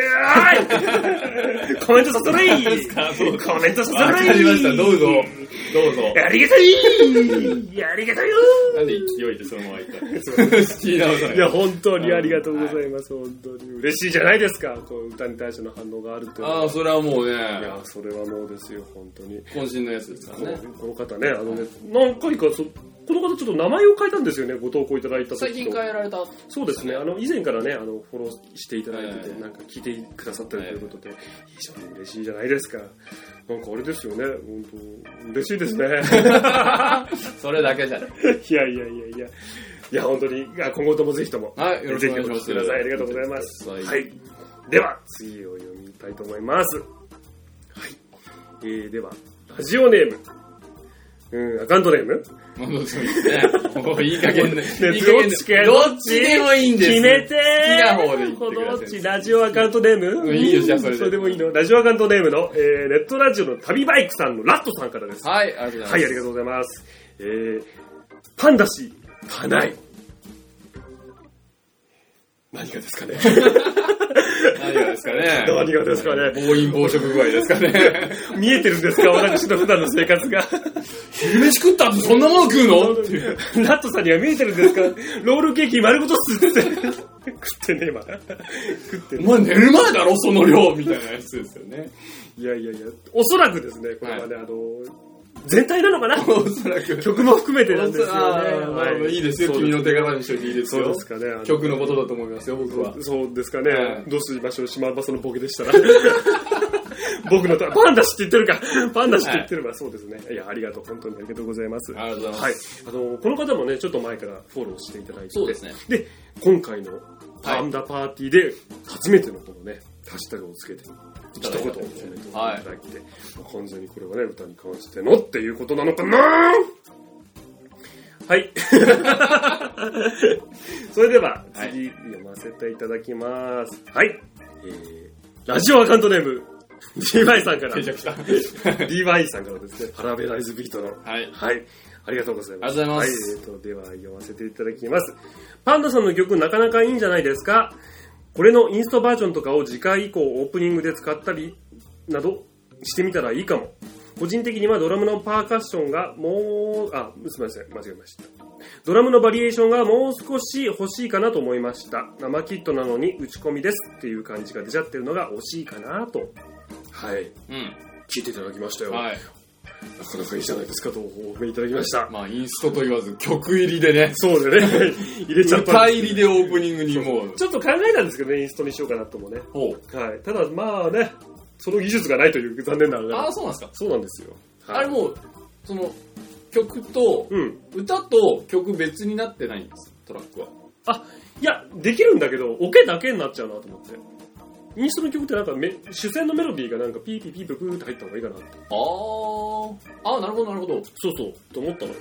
E: ーい コメントさせろい
C: ですかどうぞ
E: コメントさせろい
C: わかりました、どうぞ。どうぞ。
E: ありがたいありがたいよ
C: なんで勢いで そのままいったの好きなこと
E: いや、本当にありがとうございます。本当に嬉しいじゃないですか。こう歌に対しての反応があるというのは
C: ああ、それはもうね、
E: いや、それはもうですよ、本当に。
C: 渾身のやつですか
E: こ
C: ら
E: の
C: ね。
E: この方ね、あのね、何回かそ、この方ちょっと名前を変えたんですよね、ご投稿いただいた時と
C: 最近変えられた。は
E: そうですね、あの以前からね、あのフォローしていただいて
C: え
E: て、
C: え
E: なんか聞いてくださってるということで、非常に嬉しいじゃないですか。なんかあれですよね、本当、嬉し いですね。
C: それだけじゃない。
E: いやいやいやいや、いや、本当に、いや今後ともぜひとも、
C: はい、よろし
E: ぜ
C: く
E: ひ
C: お
E: お
C: 願いしま
E: 聞き
C: す。
E: ください。ありがとうございます。
C: は
E: はいい、では、次を読みたいと思います。はい、えー、では、ラジオネーム、うん、アカウントネーム、
C: もうどっちもいいですね。もういい加減で。いい加
E: ね
C: 減
E: どっちか
C: で。どっちでもいいんです。
E: 決め
C: 好
E: て
C: きな方で言って
E: こ
C: くだ
E: の
C: さ
E: う
C: い
E: ちラジオアカウントネー
C: う
E: ム
C: んいいよじゃあそれで
E: それでもいいのラジオアカウントネームの、えーネットラジオの旅バイクさんのラットさんからです。は
C: はい、ありがとうございます。
E: い、ありがとうございます。えー、パンダ氏、かない。何がですかね
C: 何がですかね。
E: 何がですかね
C: 暴飲暴食具合ですか ね。
E: 見えてるんですか私の普段の生活 が。
C: 飯食った後そんなもの食うのっていう
E: ラットさんには見えてるんですかロールケーキ丸ごと吸って。食ってねえわ。食ってね
C: お前寝る前だろ、その量みたいなやつですよね。
E: いやいやいや、おそらくですね、これはね、あの、全体なのかな
C: おそらく。
E: 曲も含めてなんですよね。
C: あーまあ
E: はい
C: いいですよ、
E: そう
C: 君の手柄にしといていいです
E: そう
C: よ
E: で。すかね。あの
C: 曲のことだと思いますよ、僕は。
E: そうですかね。
C: はい
E: どうしましょう、島場そのボケでしたら。 僕のた、パンダ知って言ってるか。パンダ知って言ってれば、そうですね。いや、ありがとう。本当にありがとうございます。
C: ありがとうございます
E: はい。あの、この方もね、ちょっと前からフォローしていただいて。
C: そうですね。
E: で、今回のパンダパーティーで、初めてのこのね、ハッシュタグをつけて、一言コメントをいただいて、まあ完全にこれはね、歌に関してのっていうことなのかなはい。 それでは、次、読ませていただきます。はい。えー、ラジオアカウントネーム、DY さん から、
C: 定着した。は
E: DY さんからですね、パラベライズビートの
C: い。
E: はい。ありがとうございます。
C: ありがとうございます
E: はえーと、では読ませていただきます。パンダさんの曲なかなかいいんじゃないですかこれのインストバージョンとかを次回以降オープニングで使ったりなどしてみたらいいかも。個人的にはドラムのパーカッションがもう、あ、すみません、間違えました。ドラムのバリエーションがもう少し欲しいかなと思いました。生キットなのに打ち込みですっていう感じが出ちゃってるのが惜しいかなと。はい。
C: うん。
E: 聞いていただきましたよ。
C: はい。
E: なかなかいいじゃないですかとお褒めいただきました。
C: まあ、インストと言わず、曲入りでね。
E: そうでね、 入れちゃった
C: 歌
E: ん
C: 入りでオープニングにもう
E: で。す。ちょっと考えたんですけどね、インストにしようかなともね。
C: ほう。
E: はい。ただまあね、その技術がないという残念なが
C: あ
E: ら
C: あ、。そうなんですか。
E: そうなんですよ。はい
C: あれもう、その、曲と、
E: うん。
C: 歌と曲別になってないんです、トラックは。
E: いや、できるんだけど、オケだけになっちゃうなと思って。インストの曲ってなんかめ、主戦のメロディーがなんかピーピーピープープーって入った方がいいかなって。
C: ああ、ああ、なるほど、なるほど。
E: そうそう、と思ったのよ。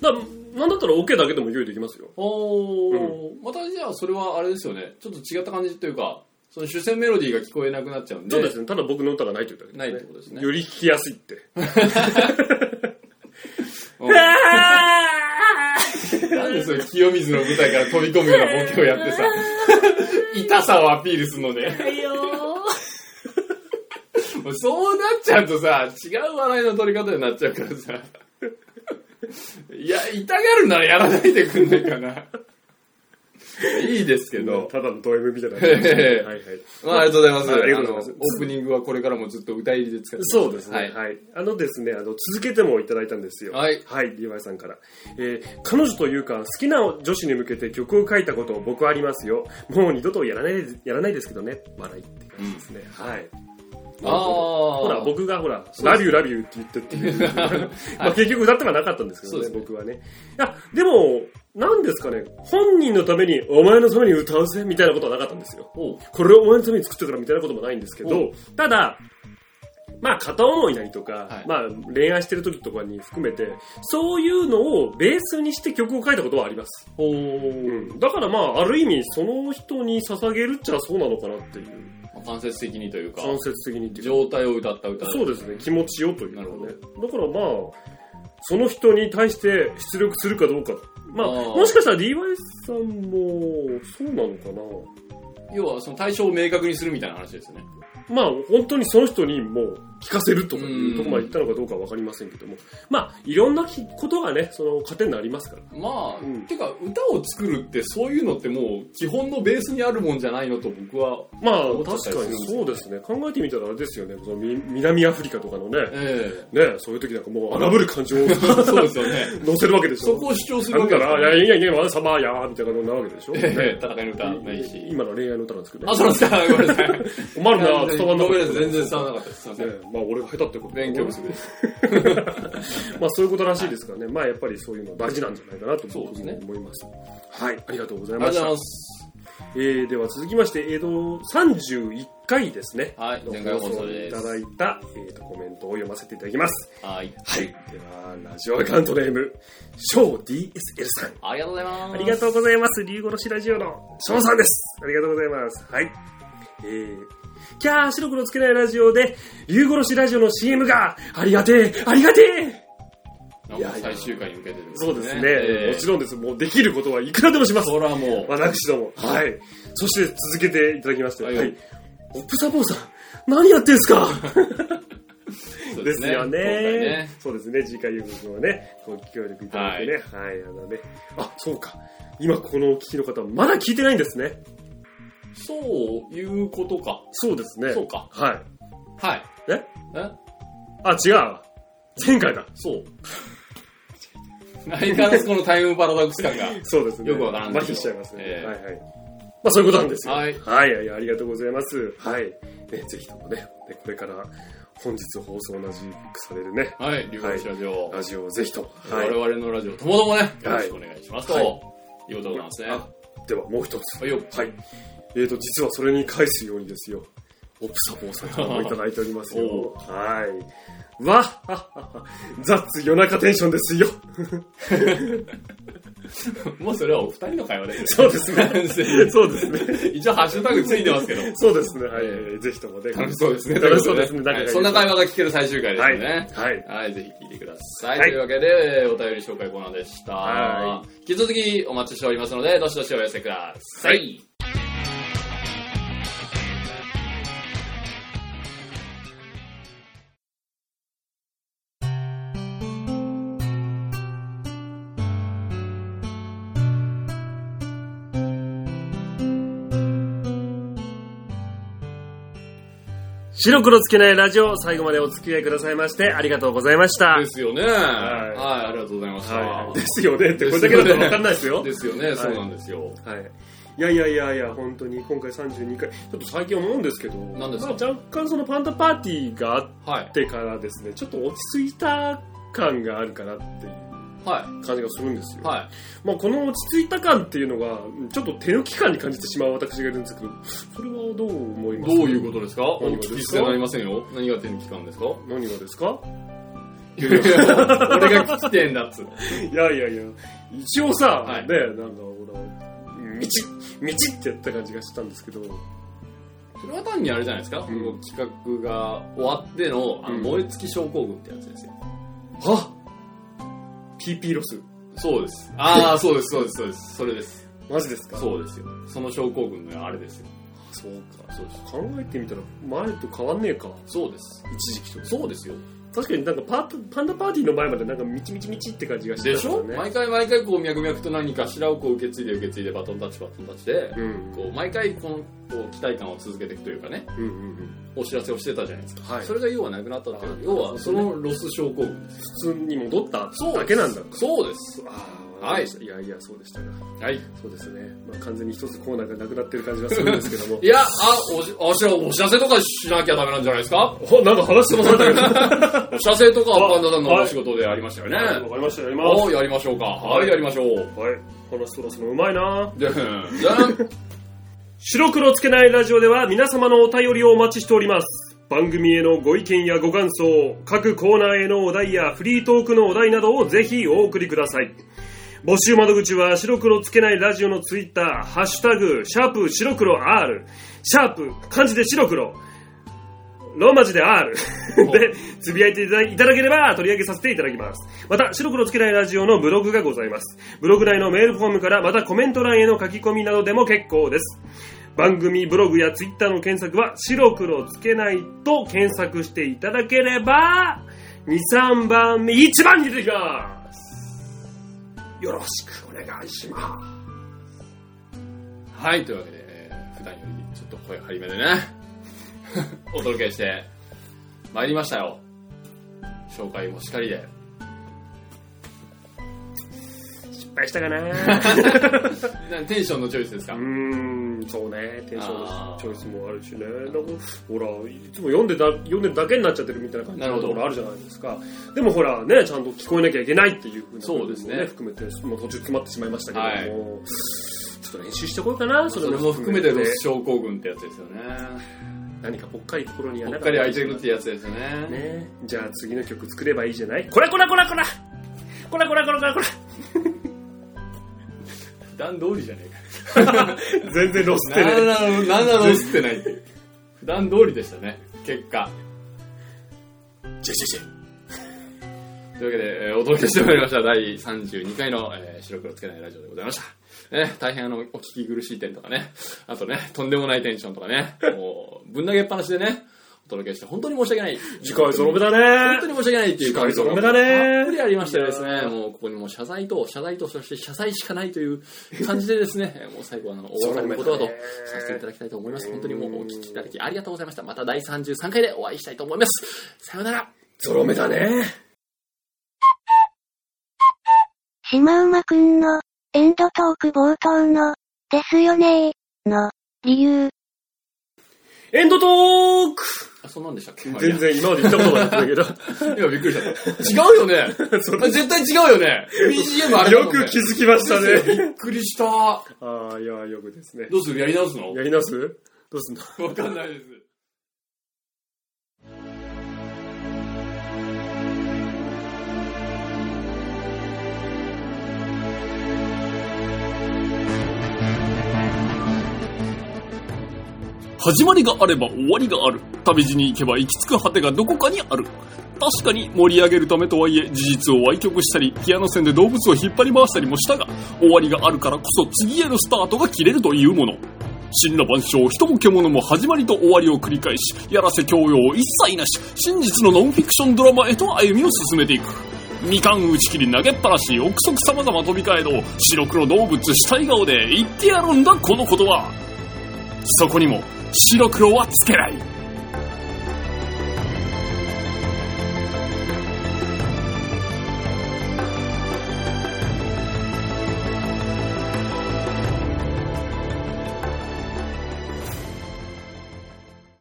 E: だから、なんだったらオケだけでも用意できますよ。
C: おー、またじゃあ、それはあれですよね。ちょっと違った感じというか、その主戦メロディーが聞こえなくなっちゃうんで。
E: そうですね、ただ僕の歌がないというだけ
C: ないってことですね
E: より弾きやすいって。
C: うん。なんでその清水の舞台から飛び込むようなボケをやってさ、痛さをアピールするのね。
F: いよ
C: もうそうなっちゃうとさ、違う笑いの取り方になっちゃうからさ。いや、痛がるならやらないでくんないかな。いいですけど。
E: ただのド M みたいな。
C: へ
E: は
C: へへ
E: いはい。
C: まあ、ありがとうございます。
E: あ
C: あ
E: ありがとうございます
C: のオープニングはこれからもずっと歌入りで使って
E: そうですね。
C: は
E: はいい。あのですね、あの、続けてもいただいたんですよ。
C: はい
E: はい、リヴァイさんから。えー彼女というか、好きな女子に向けて曲を書いたこと僕はありますよ。もう二度とやらないで、やらないですけどね。笑いって感じですね。はい。
C: ああ。
E: ほら、僕がほら、ラビューラビューって言ってっていう。 まあ結局歌ってはなかったんですけ
C: そ
E: どね、
C: うですね
E: 僕はね。いや、でも、何ですかね、本人のために、お前のために歌うぜ、みたいなことはなかったんですよ。
C: おう
E: これを応援のために作ってたからみたいなこともないんですけ
C: お
E: ど、ただ、まあ片思いなりとか、
C: はい
E: まあ恋愛してる時とかに含めて、そういうのをベースにして曲を書いたことはあります。
C: お
E: うん、だからまあある意味その人に捧げるっちゃそうなのかなっていう、
C: 間接的にというか、
E: 間接的にっていうか
C: 状態を歌った歌
E: そうですね、気持ちよというか
C: なるほ
E: ね。だからまあ、その人に対して出力するかどうか。まあ、
C: あー
E: もしかしたら DY さんもそうなのかな。
C: 要はその対象を明確にするみたいな話ですよね。
E: まあ、本当にその人にもう聞かせるとかいうところまで行ったのかどうかは分かりませんけども、まあ、いろんなきことがね、その糧になりますから。
C: まあ、
E: うん
C: てか歌を作るってそういうのってもう基本のベースにあるもんじゃないのと僕は、
E: まあ、
C: 思っちゃった
E: 確
C: りするん
E: か
C: で
E: に
C: すよ
E: そうですね。考えてみたらあれですよね、そのみ南アフリカとかのね、
C: え
E: ね、そういう時なんかもう荒ぶる感情を
C: えそうですよね。
E: 乗せるわけでし
C: そ
E: ょ。
C: こを主張する
E: な
C: わ
E: ん
C: け
E: か
C: です
E: な、いやいやいや、わさまやーみたいなのになるわけでしょ。
C: ええ戦いの歌ないし。
E: 今の恋愛の歌なんですけど
C: あ、
E: ね。
C: そうなんですか。ごめんなさい。
E: 困るな、伝わんな
C: ご
E: か
C: めん
E: っ
C: なさい全然伝わらなかったです。すいま
E: た。
C: せ
E: ね
C: ん。、
E: まあ俺が下手ってこと
C: 勉強不足です。
E: まあそういうことらしいですからね、まあやっぱりそういうのは大事なんじゃないかなと
C: そうで
E: 僕
C: す
E: も
C: ね
E: 思います。はい、ありがとうござい
C: ありがとうご
E: まし
C: ざい
E: た
C: ま。す。
E: えー、では続きまして、えー、と31回ですね、
C: はい、
E: の
C: 前回放
E: 放
C: 送
E: 送で
C: で
E: い
C: す
E: た。だいた、えー、とコメントを読ませていただきます。
C: はい。
E: はい。では、ラジオアカウントネーム、小 DSL さん。
C: ありがとうございます。
E: ありがとうございます。竜殺しラジオの翔さんです。ありがとうございます。はい。えー、キャー、白黒つけないラジオで、竜殺しラジオの CM が、ありがてえ、ありがてえ
C: なんか最終回に向けてるん
E: そうですね、
C: ええ
E: もちろんです。もうできることはいくらでもします。
C: そらもう、
E: 私ども。はい。そして続けていただきまして、
C: は
E: はいい。ポップサポーさん、何やってんすか
C: そう
E: ですよね
C: 今回ね。
E: そうですね、次回ゆうくんはね、ご協力いただいてね、はい、あのね、あ、そうか。今このお聞きの方、まだ聞いてないんですね。
C: そういうことか。
E: そうですね。
C: そうか。
E: はい。
C: はい。
E: え
C: え
E: あ、違う。前回だ。
C: そう。相変わらずこのタイムパラドックス感が。
E: そうですね。
C: よくわからん
E: 麻
C: ですけど
E: 痺しちゃいますね。
C: ええ
E: はいはい。まあそういうことなんですよ。
C: はい
E: はい、はいありがとうございます。はい。ね、ぜひともね、ねこれから本日放送同じくされるね、
C: はい、竜橋ラジオ。
E: ラジオをぜひとも。はい。
C: 我々のラジオともどもね、よ
E: はい
C: ろしくお願いします。と
E: はい
C: いうことでございますね。
E: あではもう一つ。
C: はいよ
E: はい。えーと、実はそれに返すようにですよ。オプサポーさんからもいただいておりますよ
C: お。
E: はい。わっはっはっは ザッツ夜中テンションですよ。
C: もうそれはお二人の会話ですね。
E: そうですね
C: 完全 に
E: そうですね。
C: 一応ハッシュタグついてますけど。
E: そうですね。はい。
C: え
E: ぜひともね。
C: 楽しそうですね。
E: 楽しそうですね。
C: はいそんな会
E: 話
C: 話が聞ける最終回です
E: はい。
C: ね。
E: はい。
C: はい、ぜひ聞いてください。
E: はい
C: というわけで、お便り紹介コーナーでした。
E: は
C: 引き続きお待ちしておりますので、どしどしお寄せください。
E: 白黒つけないラジオ、最後までお付き合いくださいまして、ありがとうございました。
C: ですよね。
E: い
C: はい、ありがとうございました。
E: はい、ですよねって、これだけだと分かんないですよ。
C: ですよね、そうなんですよ。
E: はい。いやいやいやいや、本当に今回32回、ちょっと最近思うんですけど、
C: 何ですか
E: まあ、若干そのパンダパーティーがあっ
C: はい。
E: てからですね、ちょっと落ち着いた感があるかなっていう
C: は
E: 感じがするんです
C: い。
E: よ。
C: は
E: まあ、この落ち着いた感っていうのが、ちょっと手抜き感に感じてしまう私がいるんですけど、それはどう思い
C: い。
E: ま
C: ど
E: す
C: う
E: か
C: いうことですかお
E: 何
C: 聞
E: がですか
C: き捨てなりませんよ。何が手に期間 ですか
E: 何がですか
C: いやいや俺が聞きてえんだっつうの。
E: いやいやいや、一応さ、
C: はい
E: ね、なんかほら、道、道ってやった感じがしたんですけど、
C: それは単にあれじゃないですか、
E: ん
C: この企画が終わってのあの
E: うん
C: 燃え尽き症候群ってやつですよ。
E: は ?PP ロス。
C: そうです。ああ、そうです、そうです、そうです。それです。
E: マジですか
C: そうですよ。その症候群のあれですよ。
E: そうか
C: そうです。
E: 考えてみたら前と変わんねえか
C: そうです。
E: 一時期と
C: そうですよ。
E: 確かになんかパートパンダパーティーの前までなんかみちみちみちって感じがして
C: で
E: た
C: しょ
E: ん
C: 毎回毎回こう脈々と何かしらをこう受け継いで受け継いでバトンタッチバトンタッチで、
E: うん
C: こう毎回このこう期待感を続けていくというかね、
E: うんうんうん
C: お知らせをしてたじゃないですか。
E: はい
C: それが要はなくなったってい
E: あ
C: う
E: ー
C: 要はそのロス症候群です。
E: 普通に戻った
C: そうです
E: だけなんだ
C: そうです。
E: あー
C: はい
E: いやいやそうでしたか
C: はい。
E: そうですね、まあ、完全に一つコーナーがなくなってる感じがするんですけど も
C: いや、あ、おし、お知らお知らせとかしなきゃダメなんじゃないですか
E: おなんか話してもらったけど
C: お知らせとか
E: あ
C: パンダさんの
E: はい
C: お仕事でありましたよね。
E: わかりましたやりま
C: おやりましょうか。はい、やりましょう。
E: すはい話そらすのうまいな
C: じゃんじゃん
E: 白黒つけないラジオでは皆様のお便りをお待ちしております番組へのご意見やご感想各コーナーへのお題やフリートークのお題などをぜひお送りください募集窓口は白黒つけないラジオのツイッターハッシュタグシャープ白黒 R シャープ漢字で白黒ローマ字で R でつぶやいていただいただければ取り上げさせていただきますまた白黒つけないラジオのブログがございますブログ内のメールフォームからまたコメント欄への書き込みなどでも結構です番組ブログやツイッターの検索は白黒つけないと検索していただければ23番目1番に出てきますよろしくお願いしま
C: はい、というわけで、えー普段よりちょっと声張りめでね、 お届けして参りましたよ。紹介もしかりで。
E: す失敗したか
C: な
E: な
C: テンションのチョイスですか
E: うーんそうねテンション
C: あ
E: の
C: ー
E: チョイスもあるしねなんかほらいつも読んでだ読んでるだけになっちゃってるみたいな感じ
C: なる
E: の
C: ほど
E: ところあるじゃないですかでもほらねちゃんと聞こえなきゃいけないっていうふうな
C: そうですね
E: 部分も含めてもう途中詰まってしまいましたけども、ちょっと練習してこようかなそ
C: そ
E: れ
C: れも含めてロス症候群ってやつですよね。
E: 何かぽっかり心に
C: ぽ
E: 穴
C: っ
E: が
C: かり開いて
E: 開
C: るってやつですよね。
E: ねじゃあ次の曲作ればいいじゃないこらこらこらこらこらこらこらこらこ
C: 普段通りじゃね
E: ら全然ロス
C: え
E: っ
C: か。
E: て
C: なん
E: ね
C: なの、なんなの吸ってないっていう。普段通りでしたね、結果。
E: ジェジェジェ
C: というわけで、えーお届けしてまいりました第32回の、えー白黒つけないラジオでございました。ね、大変あの、お聞き苦しい点とかね、あとね、とんでもないテンションとかね、もう、ぶん投げっぱなしでね、お届けして本当に申し訳ない。
E: 次回ゾロ目だ
C: 本当
E: ね
C: に申し訳ないっていう感
E: 次回ゾロ目
C: た
E: だ
C: っ
E: ね
C: ぷりありましてですね、もうここにもう謝罪と、謝罪と、そして謝罪しかないという感じでですね、え ーもう最後はあの、お別れの言葉とさせていただきたいと思います。本当にもうお聞きいただきありがとうございました。また第33回でお会いしたいと思います。さようなら。
E: ゾロ目だね
F: シマウマくんの、エンドトーク冒頭の、ですよねー、の、理由。
E: エンドトーク
C: あ、そんなんでしたっけ
E: 全然今まで言ったことなかったん だ
C: いや、びっくりした。違うよ ね。絶対違うよね。BGM あれだ
E: けどよ
C: もんね
E: く気づきましたね
C: びっくりした。ど
E: ああいやよくですね
C: うするやり直すの
E: やり直すどうすんの
C: わかんないです。
G: 始まりがあれば終わりがある。旅路に行けば行き着く果てがどこかにある。確かに盛り上げるためとはいえ、事実を歪曲したり、ピアノ線で動物を引っ張り回したりもしたが、終わりがあるからこそ次へのスタートが切れるというもの。神羅万象、人も獣も始まりと終わりを繰り返し、やらせ教養を一切なし、真実のノンフィクションドラマへと歩みを進めていく。みかん打ち切り投げっぱなし、憶測様々飛び交えど、白黒動物死体顔で言ってやるんだこのことは。そこにも白黒はつけない